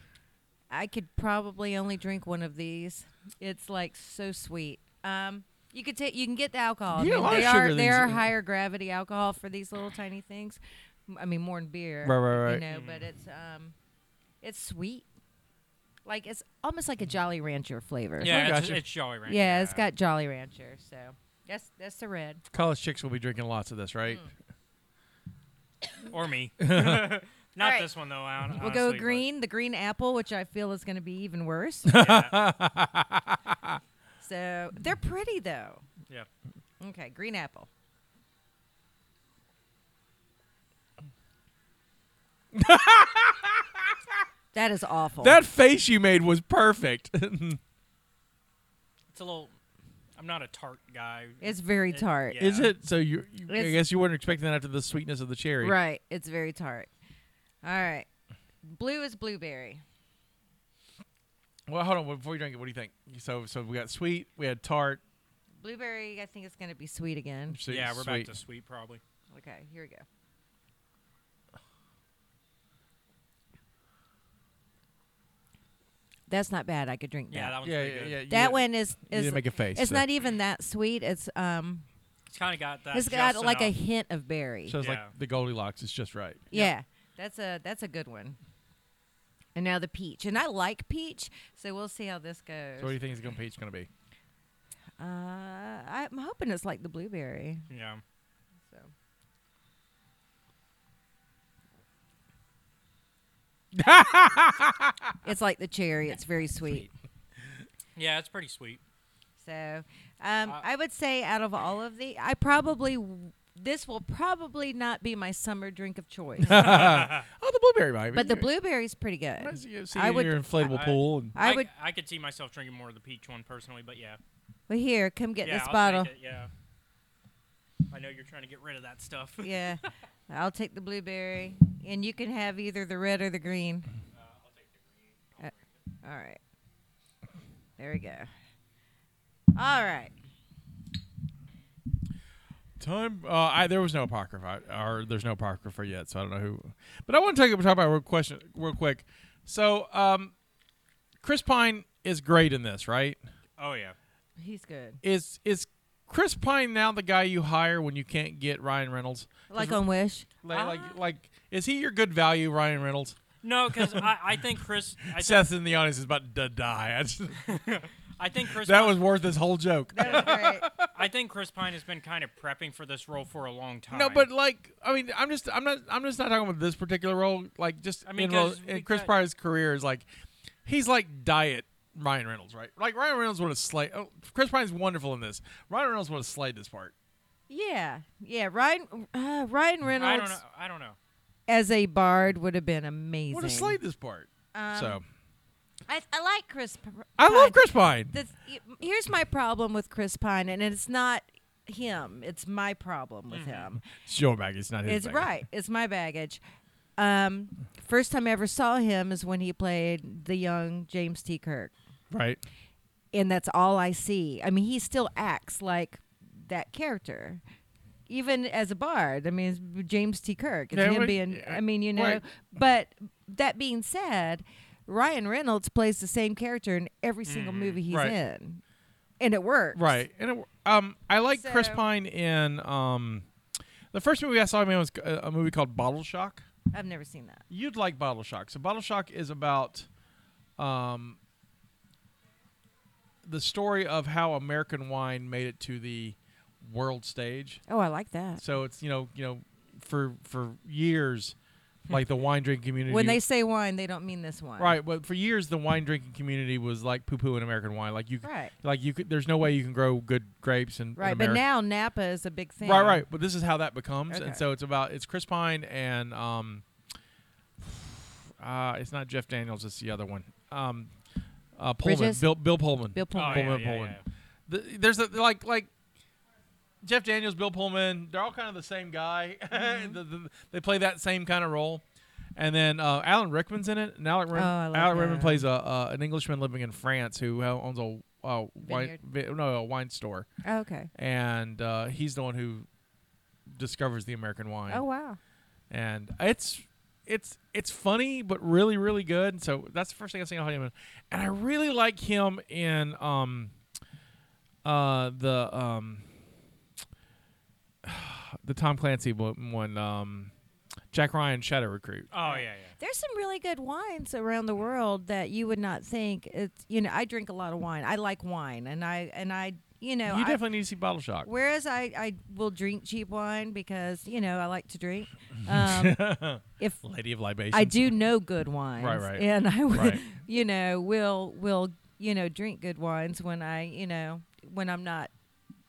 S3: I could probably only drink one of these. It's like so sweet. Um, you could take, you can get the alcohol. I
S2: You get a
S3: mean,
S2: lot of
S3: they
S2: sugar
S3: are
S2: in
S3: they
S2: these-
S3: are higher gravity alcohol for these little tiny things. M- I mean, more than beer.
S2: Right, right, right.
S3: You know, but it's um, it's sweet. Like it's almost like a Jolly Rancher flavor.
S2: I
S4: Yeah, it's,
S2: gotcha.
S4: it's Jolly Rancher.
S3: Yeah, it's got Jolly Rancher. So that's that's the red.
S2: College chicks will be drinking lots of this, right? *laughs*
S4: Or me. *laughs*
S3: All
S4: Not
S3: right.
S4: this one, though. I
S3: We'll go green, the green apple, which I feel is going to be even worse.
S2: *laughs*
S4: yeah.
S3: so they're pretty though.
S4: yeah.
S3: Okay, green
S2: *laughs*
S3: apple. that is awful.
S2: That face you made was perfect.
S4: It's a little. I'm not a tart guy.
S3: it's very
S4: It-
S3: tart.
S2: *laughs*
S4: yeah.
S2: Is it? So you, you I
S3: It's-
S2: guess you weren't expecting that after the sweetness of the cherry.
S3: Right, it's very tart. All right. Blue is blueberry.
S2: Well, hold on. Before you drink it, what do you think? So, so we got sweet, we had tart.
S3: Blueberry, I think it's going to be sweet again.
S2: su-
S4: yeah, we're
S2: sweet.
S4: back to sweet probably.
S3: Okay, here we go. That's not bad. I could drink that.
S4: Yeah, that one's
S2: Yeah,
S4: pretty
S2: yeah,
S4: good.
S2: yeah. you
S3: that
S2: did-
S3: one is
S2: You
S3: is
S2: didn't make a face.
S3: it's
S2: so-
S3: not even that sweet. It's um
S4: It's kind of got that.
S3: it's got
S4: just
S3: like a
S4: enough.
S3: hint of berry.
S2: So it's
S4: Yeah.
S2: like the Goldilocks. It's just right.
S3: yeah. That's a that's a good one. And now the peach. And I like peach, so we'll see how this goes.
S2: So what do you think is going to peach going to
S4: *laughs*
S2: be? *laughs*
S3: uh I'm hoping it's like the blueberry.
S4: Yeah.
S3: So it's like the cherry. It's very sweet.
S4: Yeah, it's pretty sweet.
S3: So um,
S4: Uh,
S3: I would say out of all of the, I probably w- this will probably not be my summer drink of choice,
S2: Oh, the blueberry might. be.
S3: but the blueberry's pretty good.
S2: Nice, you See
S3: I
S2: in
S3: would-
S2: your inflatable
S4: I-
S2: pool. And,
S3: I
S4: c-
S3: would.
S4: I could see myself drinking more of the peach one personally, but yeah.
S3: Well, here, come get
S4: yeah,
S3: this
S4: I'll
S3: bottle.
S4: Take it, yeah. I know you're trying to get rid of that stuff. *laughs*
S3: yeah, I'll take the blueberry, and you can have either the red or the green. Uh, all right. There we go. All right.
S2: time. Uh, I, there was no apocrypha, or there's no apocrypha yet, so I don't know who. But I want to take talk about real question real quick. So, um, Chris Pine is great in this, right?
S4: Oh yeah.
S3: He's good.
S2: Is is Chris Pine now the guy you hire when you can't get Ryan Reynolds? 'Cause
S3: Like on
S4: *laughs*
S3: Wish.
S2: Like, like, like, is he your good value, Ryan Reynolds?
S4: No, because I, I think Chris.
S2: *laughs*
S4: I, think
S2: Seth in the audience is about to die. *laughs* I just-
S4: I think Chris.
S2: that
S4: Pine,
S2: was worth this whole joke.
S3: That was great.
S4: I think Chris Pine has been kind of prepping for this role for a long time.
S2: No, but like, I mean, I'm just, I'm not, I'm just not talking about this particular role. Like, just
S4: I mean,
S2: in, rel-
S4: 'cause we
S2: in Chris
S4: got-
S2: Prior's career is like, he's like diet Ryan Reynolds, right? Like Ryan Reynolds would have slayed. Oh, Chris Prine's wonderful in this. Ryan Reynolds would have slayed this part.
S3: Yeah, yeah. Ryan uh, Ryan Reynolds
S4: I don't know. I don't know.
S3: as a bard would have been amazing.
S2: Would have slayed this part.
S3: Um,
S2: so
S3: I, I like Chris. P-
S2: I
S3: Pine.
S2: love Chris Pine.
S3: The, here's my problem with Chris Pine, and it's not him; it's my problem
S2: Mm-hmm.
S3: with him.
S2: Sure, Maggie, it's not his.
S3: It's
S2: bag.
S3: right. It's my baggage. Um, first time I ever saw him is when he played the young James T. Kirk,
S2: Right.
S3: and that's all I see. I mean, he still acts like that character. Even as a bard, I mean, it's James T. Kirk. It's
S2: Yeah,
S3: him
S2: well,
S3: being,
S2: yeah,
S3: I mean, you know.
S2: right.
S3: But that being said, Ryan Reynolds plays the same character in every single movie he's
S2: Mm-hmm. right.
S3: in, and it works.
S2: Right. And it, um, I like Chris
S3: So-
S2: Pine in um, the first movie I saw him in was uh, a, a movie called Bottle Shock.
S3: I've never seen that.
S2: You'd like Bottle Shock. So Bottle Shock is about um, the story of how American wine made it to the world stage.
S3: Oh, I like that.
S2: So it's you know you know for for years, like the wine drinking community.
S3: When they say wine, they don't mean this wine.
S2: right, but for years the wine drinking community was like poo poo in American wine. Like you, c-
S3: Right.
S2: like you could. There's no way you can grow good grapes and
S3: Right. But now Napa is a big thing.
S2: Right, right. But this is how that becomes,
S3: Okay.
S2: and so it's about it's Chris Pine and um, uh, it's not Jeff Daniels, it's the other one. Um, uh, Pullman,
S3: Bridges?
S2: Bill Bill Pullman,
S3: Bill
S4: Oh,
S3: Pullman.
S4: yeah,
S2: Pullman,
S4: yeah,
S2: Pullman.
S4: yeah.
S2: The- there's a like like Jeff Daniels, Bill Pullman. They're all kind of the same guy. *laughs*
S3: Mm-hmm.
S2: The- the- they play that same kind of role. And then uh, Alan Rickman's in it. And Alan, Rick-
S3: Oh, I like
S2: Alan Rickman
S3: that.
S2: plays a, a an Englishman living in France who uh, owns a uh, wine vi- no a wine store
S3: Oh, okay.
S2: and uh, he's the one who discovers the American wine.
S3: Oh wow.
S2: And it's it's it's funny, but really really good. And so that's the first thing I seen him in. And I really like him in um uh the um *sighs* the Tom Clancy one, one um Jack Ryan Shadow Recruit.
S4: Oh yeah, yeah.
S3: There's some really good wines around the world that you would not think. It's you know I drink a lot of wine. I like wine, and I and I you know
S2: you
S3: I,
S2: definitely need to see Bottle Shock.
S3: Whereas I, I will drink cheap wine because you know I like
S2: *laughs*
S3: to drink. Um, if
S2: Lady of Libations.
S3: I do know good wines,
S2: Right, right.
S3: and I, will,
S2: Right.
S3: *laughs* you know, will will you know drink good wines when I you know when I'm not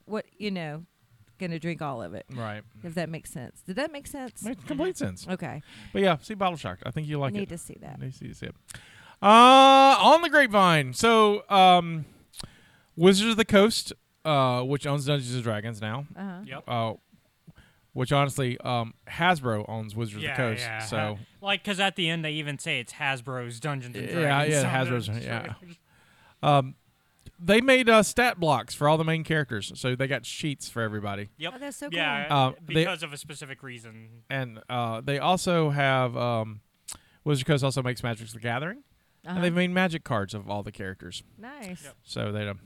S3: what you know going to drink all of it.
S2: Right.
S3: If that makes sense. Did that make sense?
S2: Makes complete sense.
S3: Okay,
S2: But yeah, see Bottle Shock. I think you like
S3: need
S2: it.
S3: to see that.
S2: Nice to see it. Uh, on the grapevine. So, um, Wizards of the Coast, uh, which owns Dungeons and Dragons now,
S3: Uh-huh.
S4: Yep.
S2: uh, which honestly, um, Hasbro owns Wizards
S4: yeah,
S2: of the Coast.
S4: yeah.
S2: So
S4: like, because at the end they even say it's Hasbro's Dungeons and
S2: yeah,
S4: Dragons.
S2: yeah, Hasbro's.
S4: *laughs*
S2: Yeah. Um, they made uh, stat blocks for all the main characters, so they got sheets for everybody.
S4: Yep.
S3: Oh, that's so
S4: Yeah,
S2: cool. Uh, they-
S4: because of a specific reason.
S2: and uh, they also have um, Wizard Coast also makes Magic the Gathering, and they've made Magic cards of all the characters.
S3: Uh-huh. Nice.
S4: Yep.
S2: So they um,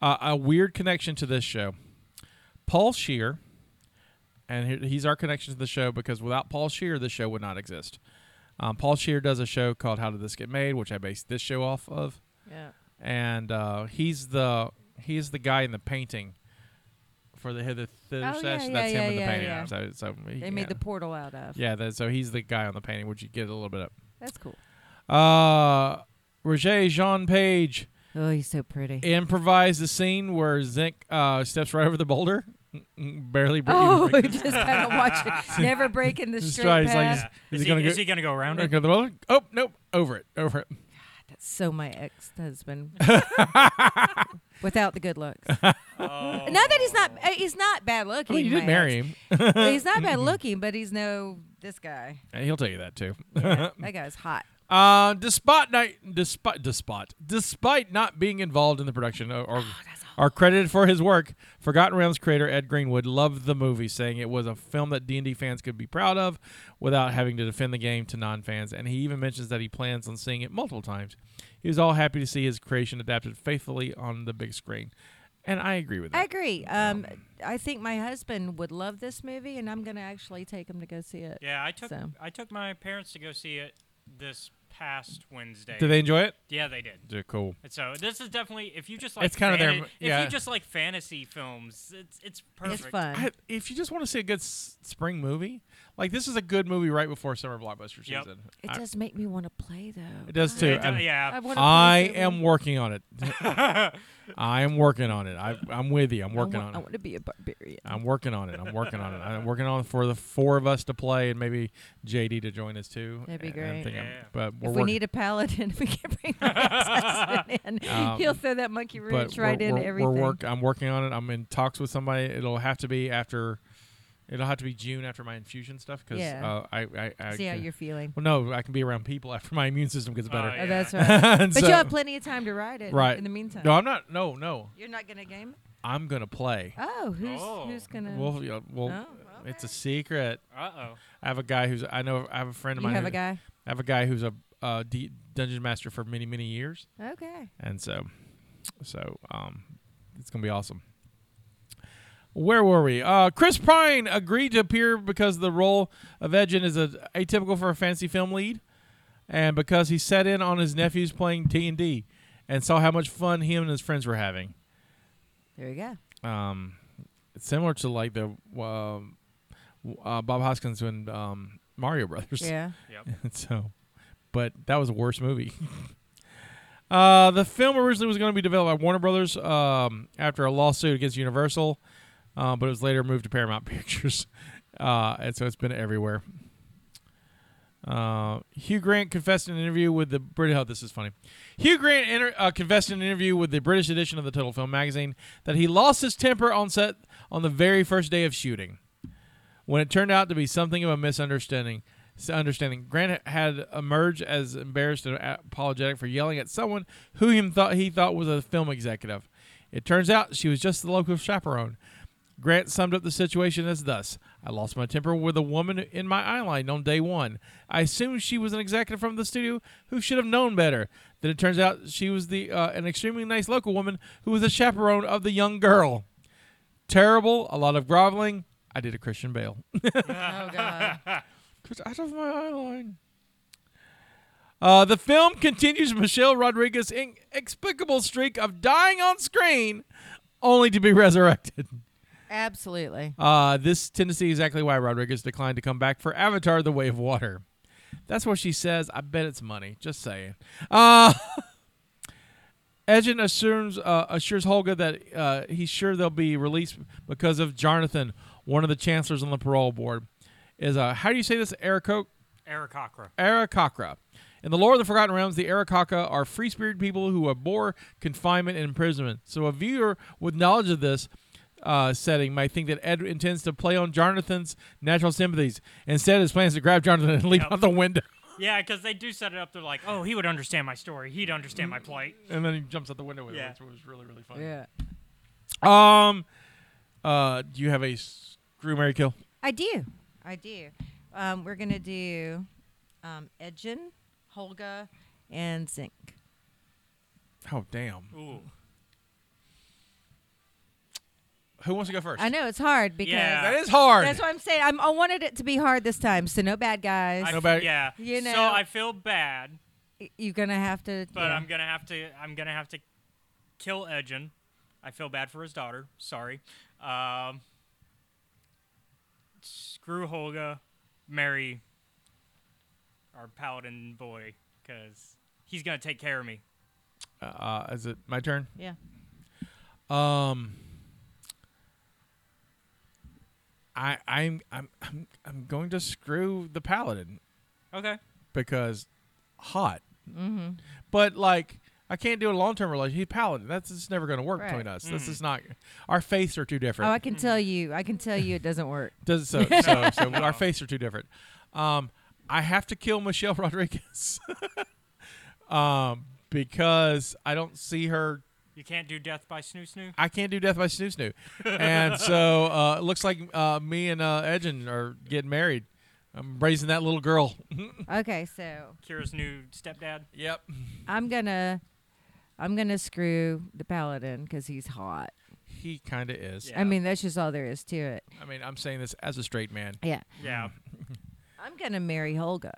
S2: uh, a weird connection to this show. Paul Shear, and he- he's our connection to the show because without Paul Shear, the show would not exist. Um, Paul Shear does a show called How Did This Get Made, which I based this show off of,
S3: Yeah.
S2: and uh, he's the he's the guy in the painting for the Hither Thither
S3: Oh, yeah,
S2: session.
S3: yeah,
S2: That's
S3: yeah,
S2: him in the
S3: yeah,
S2: painting.
S3: yeah.
S2: So, so he-
S3: They made
S2: yeah.
S3: the portal out of.
S2: Yeah, that, so he's the guy on the painting, which you get a little bit
S3: That's cool.
S2: up. Uh, Roger Jean Page
S3: Oh, he's so pretty.
S2: improvised a scene where Zinc uh, steps right over the boulder, barely breathing.
S3: *laughs* oh, *laughs* just kind of
S2: *laughs*
S3: watching, never breaking the
S2: Just
S3: straight
S2: try-
S3: path.
S2: he's like, Is
S4: Yeah. Is,
S2: he
S4: he,
S2: gonna
S4: is
S2: go-
S4: he gonna go around
S2: *laughs* Right
S4: it?
S2: over the boulder. Oh nope, over it, over it.
S3: That's so
S2: *laughs*
S3: my ex-husband. Without the good looks. *laughs*
S4: Oh,
S3: Not that he's not, uh, he's not bad
S2: I
S3: looking.
S2: mean, you
S3: my
S2: did marry
S3: ex.
S2: him.
S3: he's not
S2: *laughs*
S3: bad looking, but he's no this guy.
S2: And he'll tell you that too.
S3: Yeah, that guy's hot.
S2: Uh, despite night, despite despite despite not being involved in the production or or,
S3: Oh,
S2: or credited for his work, Forgotten Realms creator Ed Greenwood loved the movie, saying it was a film that D and D fans could be proud of, without having to defend the game to non fans. And he even mentions that he plans on seeing it multiple times. He was all happy to see his creation adapted faithfully on the big screen, and I agree with
S3: I
S2: that.
S3: agree. Um, I think my husband would love this movie, and I'm going to actually take him to go see it.
S4: Yeah, I took
S3: So.
S4: I took my parents to go see it this past Wednesday.
S2: Did they enjoy it?
S4: Yeah, they did.
S2: Yeah, cool.
S4: And so this is definitely if you just like
S2: It's kinda their-
S4: fanta-
S2: yeah.
S4: if you just like fantasy films, it's it's perfect.
S3: It's fun.
S2: I, if you just want to see a good s- spring movie, like this is a good movie right before summer blockbuster
S4: Yep.
S2: season.
S3: it
S2: I-
S3: does make me want to play though.
S2: It does too.
S4: It do-
S2: I-
S4: yeah.
S3: wanna play
S2: I
S3: something.
S2: am working
S3: *laughs*
S2: on it. I am working on it. I, I'm with you. I'm
S3: I
S2: working on it.
S3: want- I
S2: Uh,
S3: want to be a barbarian.
S2: I'm working on it. I'm working on it. I'm working on it for the four of us to play and maybe JD to join us too.
S3: That'd be
S2: And I'm
S3: great.
S2: thinking-
S4: Yeah.
S2: But we're
S3: If we
S2: working-
S3: need a paladin, *laughs* we can
S2: *laughs*
S3: bring my husband in.
S2: Um,
S3: He'll throw that monkey
S2: but
S3: wrench
S2: we're-
S3: right
S2: we're,
S3: into everything.
S2: We're work, I'm working on it. I'm in talks with somebody. It'll have to be after. It'll have to be June after my infusion stuff because
S3: Yeah.
S2: uh, I, I, I
S3: See how
S2: can- *laughs*
S3: you're feeling.
S2: Well, no, I can be around people *laughs* after my immune system gets better.
S4: Oh,
S3: Oh,
S4: yeah.
S3: that's
S2: *laughs*
S3: right.
S2: And
S3: but
S2: so-
S3: you have plenty of time to ride it.
S2: Right.
S3: In the meantime,
S2: No, I'm not. No, no.
S3: you're not gonna game. it?
S2: I'm gonna play.
S3: Oh, who's
S4: Oh.
S3: who's gonna?
S2: Well, yeah, well,
S3: Oh,
S2: it's a secret.
S4: Uh oh.
S2: I have a guy who's I know I have a friend of
S3: you
S2: mine.
S3: have
S2: who-
S3: a guy.
S2: I have a guy who's a uh, D- dungeon master for many many years,
S3: Okay.
S2: and so so um, it's gonna be awesome. Where were we? Uh, Chris Pine agreed to appear because the role of Edgen is a, atypical for a fantasy film lead, and because he sat in on his nephews playing D and D, and saw how much fun him and his friends were having.
S3: There you go.
S2: um, it's similar to like the um, uh, Bob Hoskins when um, Mario Brothers. *laughs*
S3: Yeah.
S4: Yep.
S2: so, but that was a worse movie. *laughs* uh, the film originally was going to be developed by Warner Brothers um, after a lawsuit against Universal, uh, but it was later moved to Paramount *laughs* Pictures, uh, and so it's been everywhere. Uh, Hugh Grant confessed in an interview with the British. Oh, this is funny. Hugh Grant inter- uh, confessed in an interview with the British edition of the Total Film magazine that he lost his temper on set on the very first day of shooting, when it turned out to be something of a misunderstanding. s- Understanding Grant had emerged as embarrassed and apologetic for yelling at someone who him thought he thought was a film executive. It turns out she was just the local chaperone. Grant summed up the situation as thus I lost my temper with a woman in my eyeline on day one. I assumed she was an executive from the studio who should have known better. Then it turns out she was the uh, an extremely nice local woman who was a chaperone of the young girl. Terrible, a lot of groveling. I did a Christian Bale.
S3: Oh God.
S2: Because out of my eyeline. Uh, the film continues Michelle Rodriguez's inexplicable streak of dying on screen, only to be *laughs* resurrected. *laughs*
S3: Absolutely.
S2: Uh, this tendency is exactly why Rodriguez declined to come back for Avatar: The Way of Water. That's what she says. I bet it's money. Just saying. Uh, *laughs* Edgen assumes uh, assures Holga that uh, he's sure they'll be released because of Jonathan, one of the chancellors on the parole board. Is uh, how do you say this? Araco-
S4: Eric Cochran.
S2: Arakakra. In the lore of the Forgotten Realms, the Arakakra are free spirited people who abhor confinement and imprisonment. So a viewer with knowledge of this uh, setting might think that Ed intends to play on Jonathan's natural sympathies. Instead, his plan is to grab Jonathan and leap
S4: Yep.
S2: out the window,
S4: Yeah, because they do set it up. They're like, oh, he would understand my story. He'd understand my plight.
S2: and then he jumps out the window with
S4: Yeah.
S2: it, which was really really funny.
S3: Yeah.
S2: Um, uh, do you have a screw Mary kill?
S3: I do. I do. Um, we're going to do um, Edgen, Holga, and Zinc.
S2: Oh damn!
S4: Ooh.
S2: Who wants to go first?
S3: I know it's hard because
S4: Yeah.
S2: That is hard.
S3: that's what I'm saying. I'm, I wanted it to be hard this time, so no bad guys.
S4: I,
S2: No bad-
S4: Yeah.
S3: You
S4: So
S3: know.
S4: I feel bad,
S3: Y- You're going to have to.
S4: but
S3: yeah.
S4: I'm gonna have to. I'm gonna have to kill Edgen. I feel bad for his daughter. Sorry. Um, screw Holga. Marry our paladin boy, because he's gonna take care of me.
S2: Uh, is it my turn?
S3: Yeah.
S2: Um, I I'm I'm I'm I'm going to screw the paladin
S4: Okay.
S2: because hot. Mm-hmm. But like I can't do a long term relationship. He's paladin. That's just never going to work
S3: Right.
S2: between us. This is not. Our faiths are too different.
S3: Oh, I can tell you. I can tell you it doesn't work. *laughs*
S2: Does so so so our faces are too different. Um, I have to kill Michelle *laughs* Rodriguez. um, because I don't see her.
S4: You can't do death by snoo snoo.
S2: I can't do death by snoo snoo, and so uh, it looks like uh, me and uh, Edgen are getting married. I'm raising that little girl.
S3: Okay, so
S4: Kira's new stepdad.
S2: yep.
S3: I'm gonna I'm gonna screw the paladin because he's hot.
S2: He kind of is.
S4: Yeah.
S3: I mean, that's just all there is to it.
S2: I mean, I'm saying this as a straight man.
S3: Yeah,
S4: Yeah.
S3: I'm gonna marry Holga,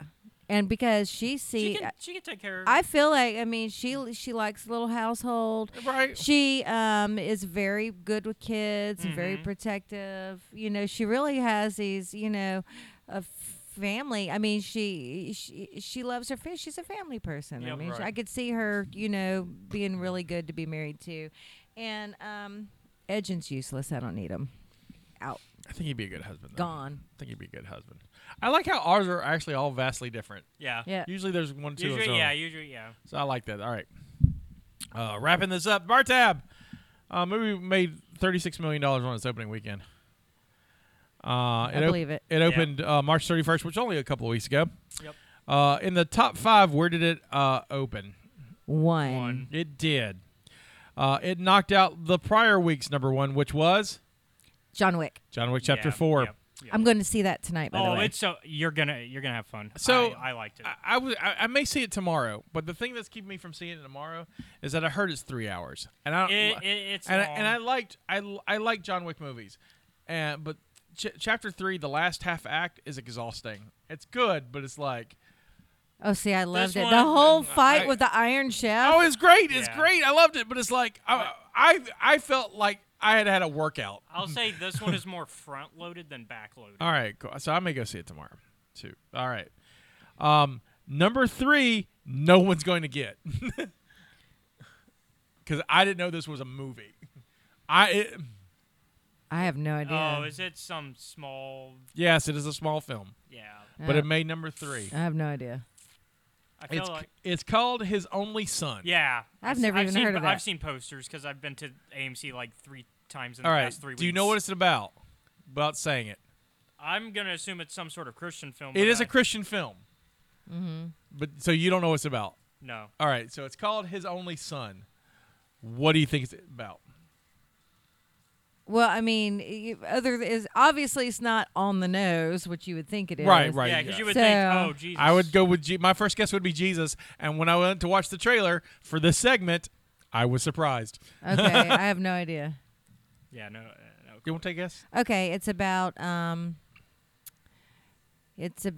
S3: and because she
S4: She
S3: see,
S4: can, she can take care of
S3: I feel like I mean she she likes little household.
S2: Right.
S3: She um is very good with kids, and very
S4: Mhm.
S3: protective. You know, she really has these. You know, a family. I mean, she she she loves her family. She's a family person. I
S4: Yep.
S3: mean, she-
S2: Right.
S3: I could see her. You know, being really good to be married to, and um, Edgen's useless. I don't need him. Out,
S2: I think he'd be a good husband. Though.
S3: gone.
S2: I think he'd be a good husband. I like how ours are actually all vastly different.
S4: Yeah.
S3: Yeah.
S2: Usually there's one, two, and so
S4: Usually,
S2: on.
S4: yeah. Usually, yeah.
S2: So I like that. All right. Uh, wrapping this up, Bartab. Uh, movie made thirty-six million dollars on its opening weekend. Uh, it
S3: believe it.
S2: It opened uh, March thirty-first, which was only a couple of weeks ago.
S4: Yep.
S2: Uh, in the top five, where did it uh, open?
S3: One.
S4: One.
S2: It did. Uh, it knocked out the prior week's number one, which was
S3: John Wick.
S2: John Wick Chapter
S4: Yeah,
S2: Four.
S4: yep, yep.
S3: I'm going to see that tonight. By the
S4: Oh,
S3: way.
S4: it's so you're gonna you're gonna have fun.
S2: So,
S4: I, I liked it.
S2: I, I, was, I, I may see it tomorrow, but the thing that's keeping me from seeing it tomorrow is that I heard it's three hours, and I don't,
S4: It- it- it's
S2: and I,
S4: long.
S2: and I liked I l- I like John Wick movies, and but ch- chapter three, the last half act is exhausting. It's good, but it's like
S3: Oh, see, I loved it.
S4: one-
S3: the whole fight
S2: I-
S3: with the Iron Chef.
S2: oh, it's great, it's
S4: Yeah.
S2: great, I loved it, but it's like I I, I felt like I had had a workout.
S4: I'll say this one is more front loaded than back
S2: *laughs*
S4: loaded.
S2: All right, cool. so I may go see it tomorrow too. All right, um, number three, no one's going to get *laughs* because I didn't know this was a movie. I it,
S3: I have no idea.
S4: Oh, is it some small?
S2: yes, it is a small film,
S4: Yeah,
S2: but
S3: Yeah.
S2: it made number three.
S3: I have no idea.
S4: I feel
S2: It's
S4: like.
S2: it's called His Only Son.
S4: Yeah,
S3: I've never even
S4: seen,
S3: heard of
S4: I've
S3: that.
S4: seen posters because I've been to AMC like three times in
S2: All
S4: the
S2: right.
S4: past three weeks.
S2: Do you know what it's about? About saying it.
S4: I'm gonna assume it's some sort of Christian film.
S2: It
S4: but
S2: is
S4: I-
S2: a Christian film.
S4: Mm-hmm.
S2: But so you don't know what it's about.
S4: No,
S2: All right. So it's called His Only Son. What do you think it's about?
S3: Well, I mean, you- other is obviously it's not on the nose, which you would think it is.
S2: Right, right.
S4: yeah, because
S2: yeah.
S4: you would
S3: So-
S4: think, oh Jesus,
S2: I would go with Je- my first guess would be Jesus, and when I went to watch the trailer for this segment, I was surprised. *laughs*
S3: Okay, I have no idea.
S4: Yeah, no, uh, no.
S2: You want to take a guess?
S3: Okay, it's about um, it's a,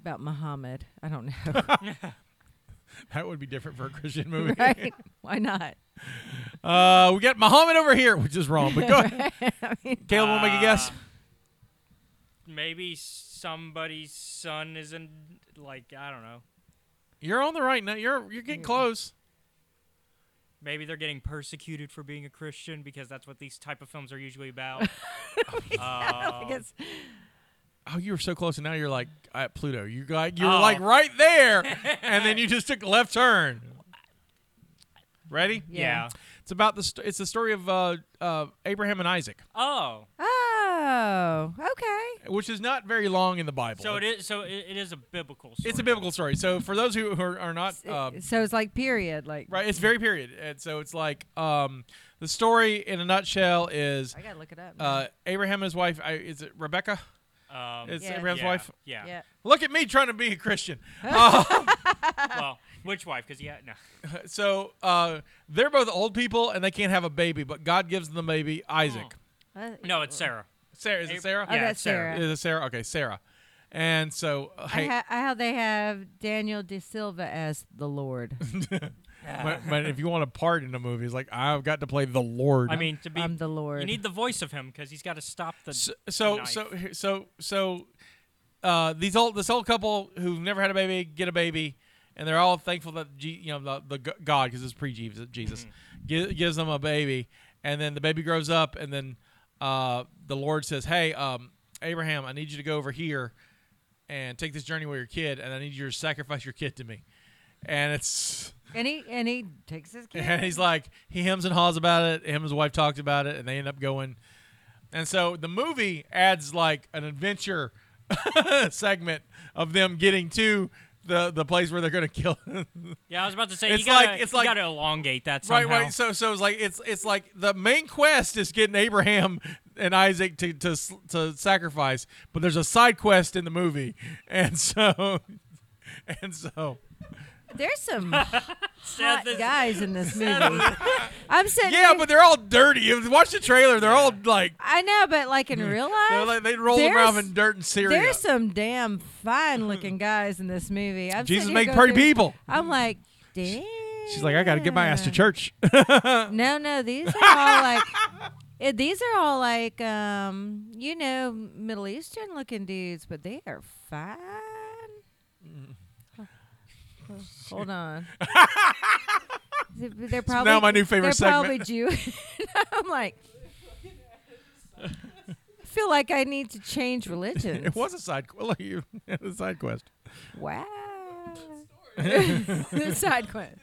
S3: about Muhammad. I
S2: *laughs*
S3: don't know. *laughs*
S2: That would be different for a *laughs* Christian movie.
S3: right? Why not? *laughs*
S2: Uh, we got Muhammad over here, which is wrong. But go *laughs* ahead. Caleb, want to make a guess?
S4: Uh, Maybe somebody's son is in, like, I don't know.
S2: You're on the right. Now you're you're getting close.
S4: Maybe they're getting persecuted for being a Christian because that's what these type of films are
S3: *laughs*
S4: usually about.
S3: I
S4: Um,
S3: guess
S2: Oh, you were so close, and now you're like at Pluto. You got you were
S4: Oh.
S2: like right *laughs* there, and then you just took a left turn. Ready?
S4: yeah.
S3: Yeah.
S2: It's It's about the st- it's the story of uh, uh, Abraham and Isaac,
S4: Oh,
S3: Oh, okay.
S2: which is not very long in the Bible.
S4: so it is. So it, it is a biblical. Story.
S2: It's a biblical story. So for those who who are, are not uh,
S3: so it's like period, like
S2: right, it's very period, and so it's like um, the story in a nutshell is
S3: I gotta look it up. now.
S2: uh, Abraham and his wife. I, is it Rebecca?
S4: Um,
S2: It's
S3: Yeah.
S2: Abraham's
S4: yeah,
S2: wife.
S4: Yeah.
S3: yeah.
S2: Look at me trying to be a Christian. *laughs* Uh,
S4: well, which wife? Because yeah, no.
S2: so uh, they're both old people and they can't have a baby, but God gives them the baby Isaac.
S4: Oh.
S3: Uh,
S4: No, it's Sarah.
S2: Sarah, is
S4: Ab-
S2: it Sarah?
S3: Oh,
S4: Yeah,
S3: that's
S4: it's Sarah.
S2: Is it Sarah? Okay, Sarah. And so, uh,
S3: I,
S2: hey,
S3: ha- I how they have Daniel De Silva as the Lord.
S2: but, but if you want a part in a movie, it's like I've got to play the Lord.
S4: I mean, to be
S3: I'm the Lord.
S4: You need the voice of him because he's got to stop the.
S2: so so
S4: knife.
S2: so so, so uh, these old this old couple who've never had a baby get a baby, and they're all thankful that G, you know the, the g- God because it's pre Jesus Jesus
S4: Mm-hmm.
S2: gi- gives them a baby, and then the baby grows up, and then uh, the Lord says, "Hey, um, Abraham, I need you to go over here and take this journey with your kid, and I need you to sacrifice your kid to me." And it's
S3: and he and he takes
S2: *laughs*
S3: his kid.
S2: and he's like, he hems and haws about it. Him and his wife talked about it, and they end up going. And so the movie adds like an adventure *laughs* segment of them getting to the the place where they're gonna kill.
S4: Yeah, I was about to say
S2: It's
S4: you gotta,
S2: like- it's
S4: you
S2: like-
S4: gotta elongate
S2: *laughs*
S4: that
S2: right,
S4: somehow.
S2: right. So so it's like it's it's like the main quest is getting Abraham and Isaac to to s- to sacrifice, but there's a side quest in the movie, *laughs* and so *laughs* and so *laughs*
S3: There's some
S4: Seth
S3: hot
S4: is-
S3: guys in this movie. I'm sitting.
S2: yeah,
S3: here-
S2: but they're all dirty. If you Watch the trailer; they're all like.
S3: I know, but like in real
S2: Hmm. They're
S3: life,
S2: like, they roll around
S3: there's-
S2: in dirt and Syria. Hmm.
S3: there's some damn fine looking guys in this movie. I'm
S2: Jesus
S3: sitting here
S2: make
S3: going
S2: pretty
S3: through-
S2: people.
S3: I'm like, damn.
S2: She's like, I got to get my ass to church. *laughs*
S3: No, no, these are all like. eh, these are all like, um, you know, Middle Eastern looking dudes, but they are fine.
S2: Mm. *laughs*
S3: Hold on. they're probably
S2: my new favorite
S3: They're
S2: segment.
S3: probably *laughs* Jewish. I'm like, I feel like I need to change
S2: *laughs*
S3: religion.
S2: it was a side quest. a side quest.
S3: Wow. *laughs* Side
S2: *laughs*
S3: quest.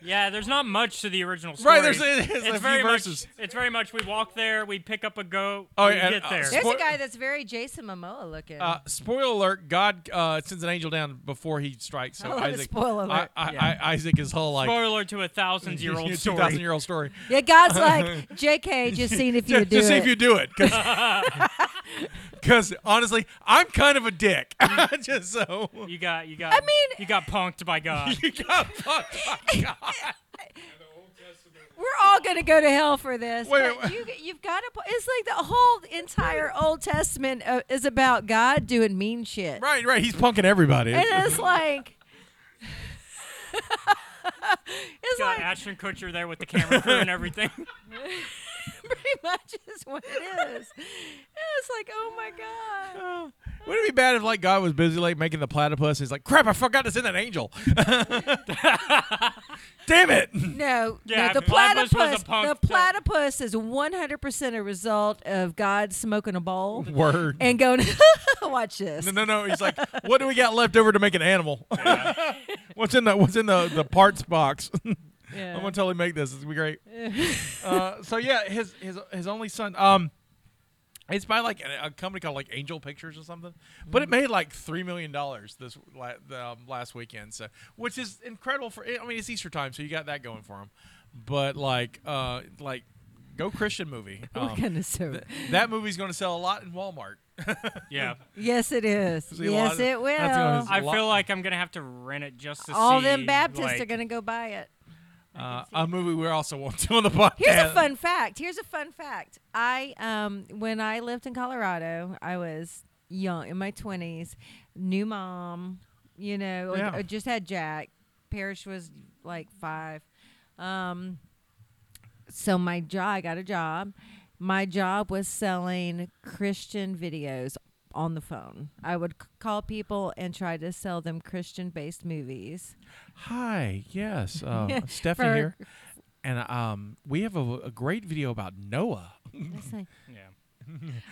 S4: Yeah, there's not much to the original story.
S2: Right, there's- it's a few
S4: very
S2: verses.
S4: Much, it's very much we walk there, we pick up a goat,
S2: Oh,
S4: we
S2: yeah,
S4: get
S2: uh,
S4: there.
S3: There's
S2: Spoil-
S3: a guy that's very Jason Momoa looking.
S2: Uh, spoiler alert: God uh, sends an angel down before he strikes. So
S3: Oh,
S2: Isaac,
S3: spoiler
S2: I,
S3: alert.
S2: I,
S4: Yeah.
S2: I, Isaac is whole like
S4: Spoiler to a thousand
S2: *laughs*
S4: year old
S2: two thousand
S4: story.
S2: year old story.
S3: yeah, God's like, JK, just
S2: *laughs*
S3: seeing if you
S2: Just,
S3: would do
S2: just see
S3: it.
S2: if you do it, *laughs* because honestly, I'm kind of a dick. *laughs* just so *laughs*
S4: You got, you got.
S3: I mean-
S4: you got punked by God.
S2: you got fucked. *laughs* by God.
S3: We're all going to go to hell for this.
S2: Wait,
S3: but
S2: wait,
S3: You, have got to. It's like the whole entire Old Testament uh, is about God doing mean shit.
S2: Right, right. He's punking everybody.
S3: And it's like. *laughs* it's
S4: got
S3: like
S4: Ashton Kutcher there with the camera crew
S2: *laughs*
S4: and everything.
S3: pretty much is what it is. It's like, oh my God.
S2: Uh, Wouldn't it be bad if like God was busy like making the platypus? He's like, crap, I forgot to send an angel. *laughs* Damn it!
S3: No,
S4: Yeah,
S3: no the
S4: platypus
S3: platypus,
S4: was a punk
S3: the
S4: that-
S3: platypus is 100% a result of God smoking a bowl
S2: Word.
S3: and going, *laughs* watch this.
S2: no, no, no. He's like, what do we got left over to make an animal? *laughs* what's in the What's in the the parts box? *laughs*
S3: Yeah.
S2: I'm gonna totally make this. It's gonna be
S3: *laughs*
S2: great. uh, so yeah, his his his only son. Um, it's by like a, a company called like Angel Pictures or something, but
S3: Mm.
S2: it made like three million dollars this la- the, um, last weekend. So, which is incredible for. I mean, it's Easter time, so you got that going for him. But like, uh, like, go Christian
S3: *laughs*
S2: movie.
S3: We're
S2: Um,
S3: gonna serve.
S2: th- that movie's gonna sell a lot in Walmart.
S4: Yeah,
S3: yes, it
S2: *laughs*
S3: is.
S2: See a lot
S3: Yes,
S2: of-
S3: it
S2: that's what I
S3: will.
S2: was-
S4: I
S2: Lo-
S4: feel like I'm gonna have to rent it just to
S3: All
S4: see.
S3: them Baptists
S4: like,
S3: are gonna go buy it.
S2: Uh, a movie we're also *laughs* want to on the podcast.
S3: Here's a fun fact. Here's a fun fact. I um when I lived in Colorado, I was young in my twenties, new mom, you know, or-
S2: Yeah.
S3: or just had Jack. Parrish was like five. Um so my job I got a job. My job was selling Christian videos on the phone. I would c- call people and try to sell them Christian
S2: *laughs*
S3: based movies.
S2: Hi, yes,
S4: *laughs*
S2: uh, Stephanie
S3: For-
S2: here, and um, we have a, a great video about Noah.
S3: It's like-
S4: Yeah.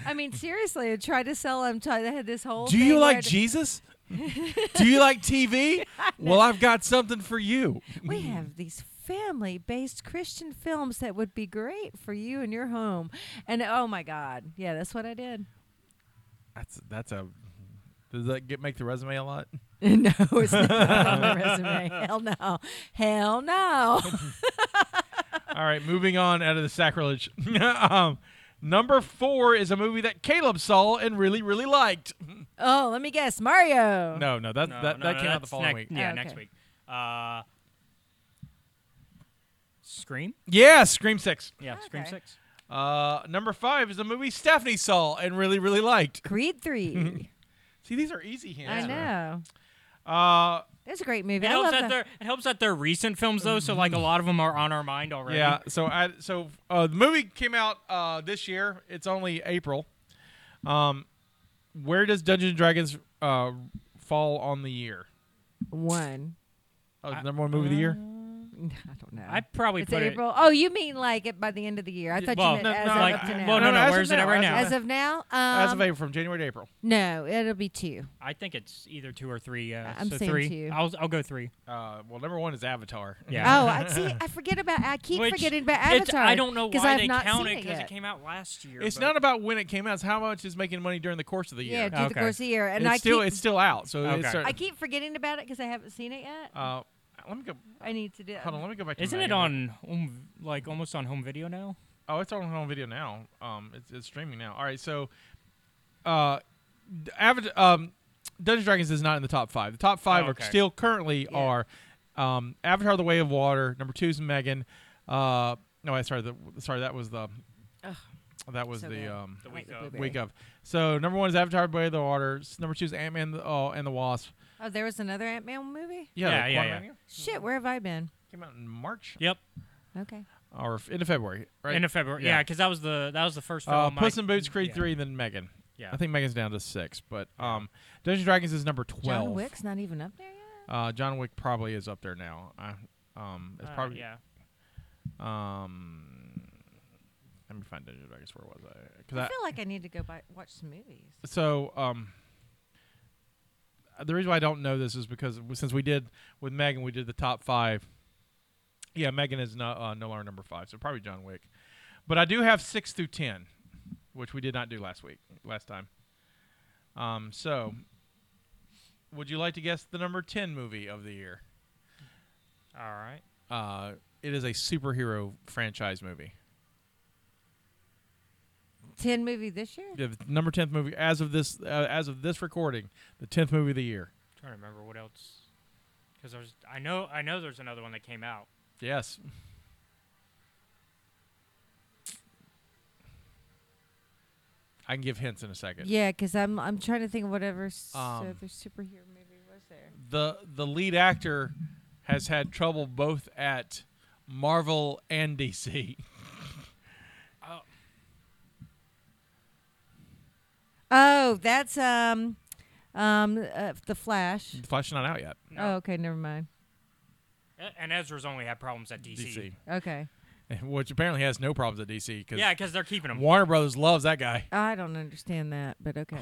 S3: I mean, seriously, I tried to sell them. Try, they had this whole.
S2: Do
S3: thing
S2: you
S3: where
S2: like
S4: *laughs*
S3: I'd-
S2: Jesus? Do you like TV? well, I've got something for you.
S3: Mm-hmm. We have these family based Christian films that would be great for you and your home. And oh my God. Yeah, that's what I did. *laughs*
S2: That's that's a. Does that get make the resume a lot?
S3: no, it's not on *laughs* the resume. Hell no. Hell no.
S2: All right, moving on out of the sacrilege. *laughs* um, number four is a movie that Caleb saw and really really liked.
S3: oh, let me guess. Mario.
S2: No, no, that
S4: No,
S2: that,
S4: no,
S2: that
S4: no,
S2: came out the
S4: that's
S2: following
S4: next-
S2: week.
S4: Yeah,
S3: Oh,
S4: next
S3: okay.
S4: week. Uh, Scream.
S2: Yeah, Scream Six.
S4: Yeah, Scream
S3: Okay.
S4: Six.
S2: Uh, number five is a movie Stephanie saw and really really liked.
S3: Creed
S4: *laughs*
S3: 3.
S2: See, these are easy hands.
S3: I know.
S2: Uh,
S3: That's a great movie.
S4: It
S3: I
S4: helps
S3: love
S4: that
S3: the-
S4: they're it helps that they're recent films though, so like a lot of them are on our mind already.
S2: Mm-hmm. yeah. So I so uh, the movie came out uh, this year. It's only April. Um, where does Dungeons and Dragons uh, fall on the year?
S3: one. *laughs*
S2: Oh,
S4: I- Um,
S2: number one movie of the year.
S3: I don't know.
S4: I probably
S3: it's
S4: put
S3: April. oh, you mean like it by the end of the year? I thought
S4: well,
S3: you meant
S4: no,
S3: as
S4: no,
S3: of
S4: like-
S3: up to now.
S4: well, no, no,
S2: as of
S4: where's it
S2: now,
S4: at right
S2: as
S4: now?
S2: of
S3: as of now, um,
S2: As of April, from January to April.
S3: no, it'll be two.
S4: it. I think it's either two or three. Uh,
S3: I'm
S4: so
S3: saying
S4: three.
S3: two.
S4: I'll I'll go three.
S2: Uh, well, number one is Avatar.
S4: Yeah.
S3: Oh, I see. I forget about. I keep
S4: Which-
S3: forgetting about
S4: it's-
S3: Avatar.
S4: I don't know
S3: 'cause
S4: why
S3: I've
S4: they
S3: not
S4: count
S3: seen
S4: it because
S3: yet.
S4: it came out last year.
S2: *laughs* It's
S4: but-
S2: not about when it came out; it's how much is making money during the course of the year.
S3: Yeah, through the
S4: Okay.
S3: course of the year, and
S2: it's
S3: I
S2: still
S3: keep
S2: it's still out. So
S4: Okay.
S2: it's, uh,
S3: I keep forgetting about it because I haven't seen it yet.
S2: uh, let me go.
S3: I need to do.
S2: Hold on, let me go back. To
S4: Isn't
S2: my
S4: it
S2: email.
S4: on home, like almost on home video now?
S2: Oh, it's on home video now. Um, it's, it's streaming now. All right, so, uh, d- Avenge- um, Dungeons and Dragons is not in the top five. The top five
S4: Oh, okay.
S2: are still currently are, um, Avatar: The Way of Water. Number two is Megan. Uh, no, I sorry, the, sorry that was the,
S3: Ugh.
S2: that was
S3: So
S2: the
S3: bad.
S2: um
S4: The
S3: I
S4: week
S3: like the
S4: of.
S3: blueberry.
S2: week of. So number one is Avatar: The Way of the Water. S- Number two is Ant Man uh, and the Wasp.
S3: Oh, there was another Ant Man movie.
S4: Yeah,
S2: the
S4: yeah,
S2: Quantum
S4: yeah.
S2: Mania
S3: Shit, where have I been?
S2: Came out in March
S4: Yep,
S3: Okay.
S2: or f- end of February, right?
S4: end of February.
S2: Yeah.
S4: Yeah, because that was the that was the first film.
S2: uh,
S4: I-
S2: Puss in Boots, Creed
S4: yeah.
S2: three, and then Megan.
S4: Yeah,
S2: I think Megan's down to six, but um, Dungeons and Dragons is number twelve.
S3: John Wick's not even up there yet.
S2: Uh, John Wick probably is up there now. I, um, it's
S4: Uh,
S2: probably
S4: yeah.
S2: Um, let me find Dungeons and Dragons. Where was I? 'Cause
S3: I
S2: I-
S3: feel like I need to go by, watch some movies.
S2: so um, the reason why I don't know this is because since we did with Megan, we did the top five. Yeah, Megan is no, uh, no longer number five, so probably John Wick. But I do have six through ten, which we did not do last week, last time. Um, so, would you like to guess the number ten movie of the year?
S4: All right.
S2: Uh, it is a superhero franchise movie.
S3: Ten movie this year.
S2: Yeah, the number tenth movie as of this uh, as of this recording, the tenth movie of the year.
S4: trying to remember what else. Because there's, I know, I know there's another one that came out.
S2: Yes. I can give hints in a second.
S3: Yeah, because I'm I'm trying to think of whatever s-
S2: Um,
S3: other superhero movie was there.
S2: The the lead actor has had trouble both at Marvel and DC.
S3: Oh, that's um, um, uh, the Flash.
S2: The Flash's not out yet.
S3: Oh, okay, never mind.
S4: A- And Ezra's only had problems at DC.
S2: DC,
S3: Okay,
S2: *laughs* which apparently has no problems at DC because
S4: Yeah, because they're keeping him.
S2: Warner Brothers loves that guy.
S3: I don't understand that, but *sighs* okay.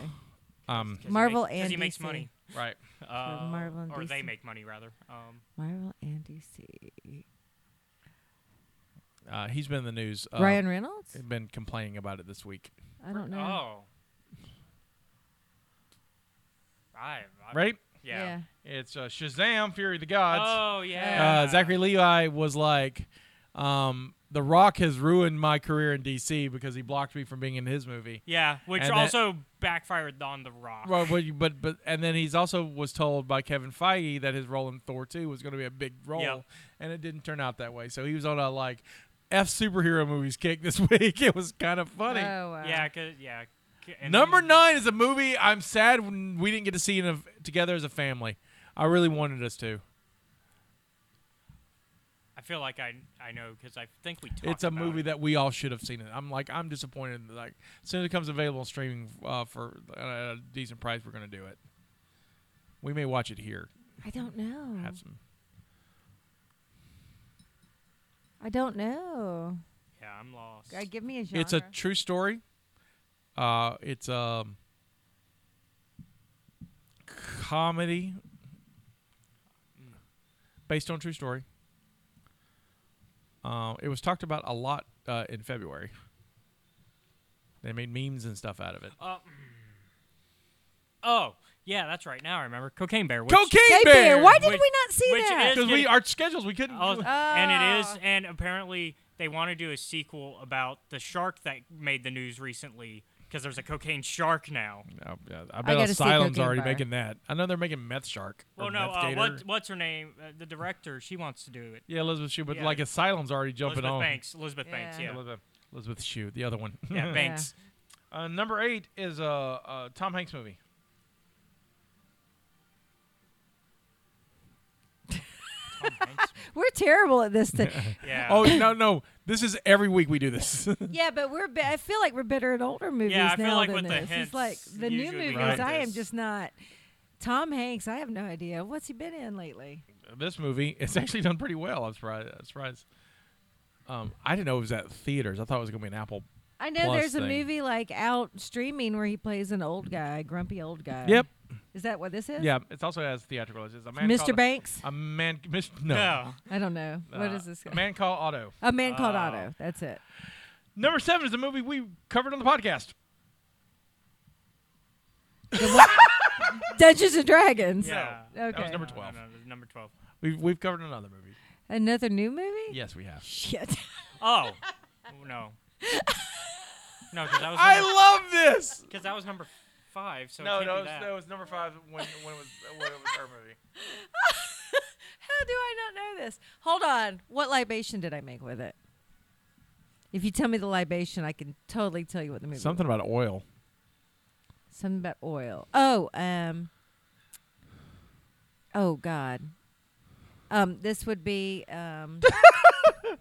S2: Um,
S3: Marvel
S4: because
S3: and
S4: he makes
S3: DC.
S4: money.
S2: right.
S4: Uh,
S3: Marvel and
S4: or they
S3: DC.
S4: make money rather. Um,
S3: Marvel and DC.
S2: Uh, he's been in the news. Uh,
S3: Ryan Reynolds.
S2: been complaining about it this week.
S3: I don't know.
S4: Oh. I, I
S2: Right?
S4: Yeah.
S2: It's uh, Shazam! Fury of the Gods.
S4: Oh yeah.
S2: uh, Zachary Levi was like, um, "The Rock has ruined my career in DC because he blocked me from being in his movie."
S4: Yeah, which
S2: and that-
S4: also backfired on The Rock.
S2: Well, but, but but and then he's also was told by Kevin Feige that his role in Thor two was going to be a big role,
S4: Yep.
S2: and it didn't turn out that way. So he was on a like f superhero movies kick this *laughs* week. It was kind of funny.
S3: Oh, wow.
S4: Yeah, cause yeah. c- and
S2: Number
S4: then-
S2: nine is a movie I'm sad when we didn't get to see in a, together as a family. I really wanted us to.
S4: I feel like I I know because I think we talked.
S2: it's a
S4: about
S2: movie
S4: it.
S2: that we all should have seen it. I'm like, I'm disappointed. that, Like, as soon as it comes available on streaming uh, for at a decent price, we're gonna do it. We may watch it here.
S3: I don't know.
S2: Have some.
S3: I don't know.
S4: Yeah, I'm lost.
S3: Uh, give me a genre.
S2: It's a true story. Uh, it's um comedy based on true story. Uh, it was talked about a lot uh, in February. They made memes and stuff out of it.
S4: Oh, yeah, that's right. Now I remember. Cocaine Bear. Which,
S2: Cocaine
S3: Hey,
S2: Bear.
S3: Bear, why did
S4: Which-
S3: we not see
S4: which
S3: that?
S4: is-
S2: Because we our schedules we couldn't.
S4: Oh,
S2: do it.
S4: And it is,
S3: Ah.
S4: and apparently they want to do a sequel about the shark that made the news recently because there's a cocaine shark now.
S2: Oh, yeah, I bet
S3: gotta see
S2: Asylum's
S3: Cocaine
S2: already
S3: Bear.
S2: making that. I know they're making Meth Shark. or
S4: Well, no,
S2: Meth
S4: uh,
S2: Gator.
S4: what, what's her name? Uh, the director, she wants to do it.
S2: Yeah, Elizabeth Shue, but
S4: Yeah.
S2: like Asylum's already jumping
S4: Elizabeth
S2: on.
S4: Banks. Elizabeth Banks,
S3: Yeah.
S4: yeah.
S2: Elizabeth, Elizabeth Shue, the other one.
S4: Yeah,
S3: *laughs*
S4: Banks.
S2: *laughs* uh, number eight is a uh, uh, Tom Hanks movie.
S4: Tom Hanks.
S3: We're terrible at
S4: *laughs*
S3: this. Thing.
S4: Yeah.
S2: *laughs* Oh no, no, this is every week we do this. *laughs*
S3: yeah, but we're. Be- I feel like we're better at older movies
S4: I feel
S3: now
S4: like
S3: than
S4: with the
S3: this.
S4: hints,
S3: it's like the new
S4: usually we
S3: movies.
S4: get
S3: I am
S4: this.
S3: just not. Tom Hanks. I have no idea what's he been in lately.
S2: this movie, it's actually done pretty well. I'm surprised. I'm surprised. Um, I didn't know it was at theaters. I thought it was gonna be an Apple.
S3: I know
S2: Plus
S3: there's a
S2: thing.
S3: movie like out streaming where he plays an old guy, grumpy old guy.
S2: Yep.
S3: Is that what this is?
S2: Yeah, it's also has theatrical. It's a man
S3: Mr.
S2: called-
S3: Banks.
S2: A man. Mis- no.
S4: No.
S3: I don't know. what
S2: Uh,
S3: is this?
S2: A man Uh, called Otto.
S3: A man called
S4: Oh.
S3: Otto. That's
S2: *laughs*
S3: it.
S2: Number seven is a movie we covered on the podcast.
S3: Dungeons and Dragons.
S4: Yeah.
S3: Okay.
S2: was number
S4: No,
S2: 12.
S4: no, no, no, number 12.
S2: We've we've covered another movie.
S3: Another new movie?
S2: Yes, we have.
S3: Shit. *laughs*
S4: Oh. no. No, because that was
S2: I
S4: number
S2: love this.
S4: Because that was number five, so
S2: No,
S4: it can't
S2: no,
S4: be
S2: it was,
S4: that.
S2: no, it was number five when when it was when it was her movie.
S3: How do I not know this? Hold on. What libation did I make with it? If you tell me the libation, I can totally tell you what the movie.
S2: *laughs* Something about oil.
S3: was. Something about oil. Oh, um. Oh God. Um, this would be
S2: *laughs*
S3: um.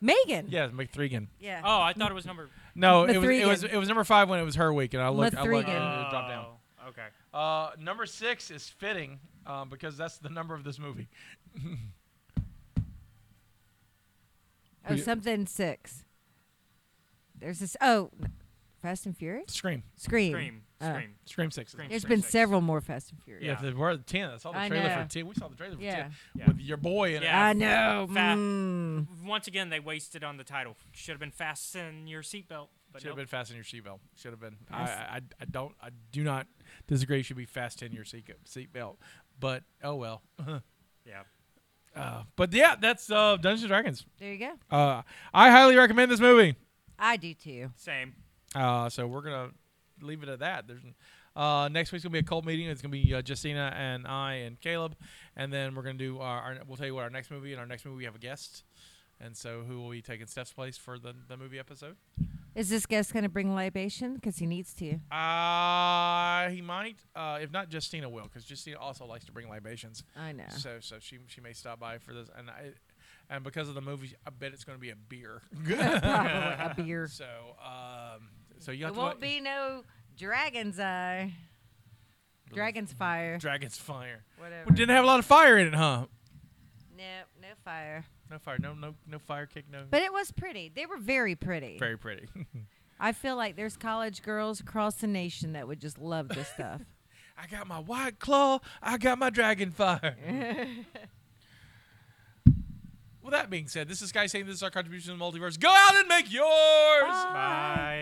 S3: Megan.
S2: Yeah, McThregan.
S3: Yeah.
S4: Oh, I thought it was number.
S2: No, it was it was
S3: Mithrigan.
S2: it was number five when it was her week, and I looked. I looked.
S3: Mithrigan.
S2: and It dropped down.
S4: Oh, Okay.
S2: Uh, number six is fitting uh, because that's the number of this movie.
S3: Oh, something six. There's this. Oh, Fast and Furious.
S2: Scream,
S3: Scream.
S4: Scream.
S3: Uh,
S4: Scream.
S2: Scream six.
S4: Scream.
S3: There's
S4: Scream
S3: been
S4: six.
S3: several more Fast and Furious.
S2: Yeah,
S4: Yeah.
S2: If there were ten. I saw the
S3: I
S2: trailer
S3: know.
S2: for ten. We saw the trailer for
S3: Yeah.
S2: ten
S4: Yeah.
S2: with your boy in
S4: Yeah.
S3: I know.
S4: Fa-
S3: mm.
S4: Once again, they wasted on the title. Should have been fasten your seatbelt.
S2: it.
S4: But
S2: Should have been
S4: nope.
S2: fasten your seatbelt. Should have been. I,
S3: Fast-
S2: I I- I don't I do not disagree. You should be fasten your seat seatbelt. But oh well.
S4: Uh-huh. Yeah.
S2: Uh, but yeah, that's uh, Dungeons and Dragons.
S3: There you go.
S2: Uh, I highly recommend this movie.
S3: I do too.
S4: Same.
S2: Uh, so we're gonna leave it at that. There's uh, next week's gonna be a cult meeting. It's gonna be uh, Justina and I and Caleb, and then we're gonna do our, our. We'll tell you what our next movie. And our next movie we have a guest, and so who will be taking Steph's place for the, the movie episode?
S3: Is this guest going to bring libation? Because he needs to.
S2: Uh he might. Uh, if not, Justina will, because Justina also likes to bring libations.
S3: I know.
S2: So so she she may stop by for this, and I, and because of the movie, I bet it's gonna be a beer.
S3: *laughs* *laughs*
S2: *laughs*
S3: Probably a beer.
S2: so um, so you have
S3: It
S2: to *laughs*
S3: won't
S2: wait-
S3: be no dragon's eye, dragon's fire,
S2: Dragon's fire.
S3: whatever.
S2: We didn't have a lot of fire in it, huh?
S3: no, no fire.
S2: No fire. No no no fire kick. No.
S3: But it was pretty. They were very pretty.
S2: very pretty. *laughs*
S3: I feel like there's college girls across the nation that would just love this
S2: *laughs*
S3: stuff.
S2: I got my white claw. I got my dragon fire.
S3: *laughs*
S2: well, that being said, this is Sky saying this is our contribution to the multiverse. Go out and make yours.
S3: Bye.
S4: Bye.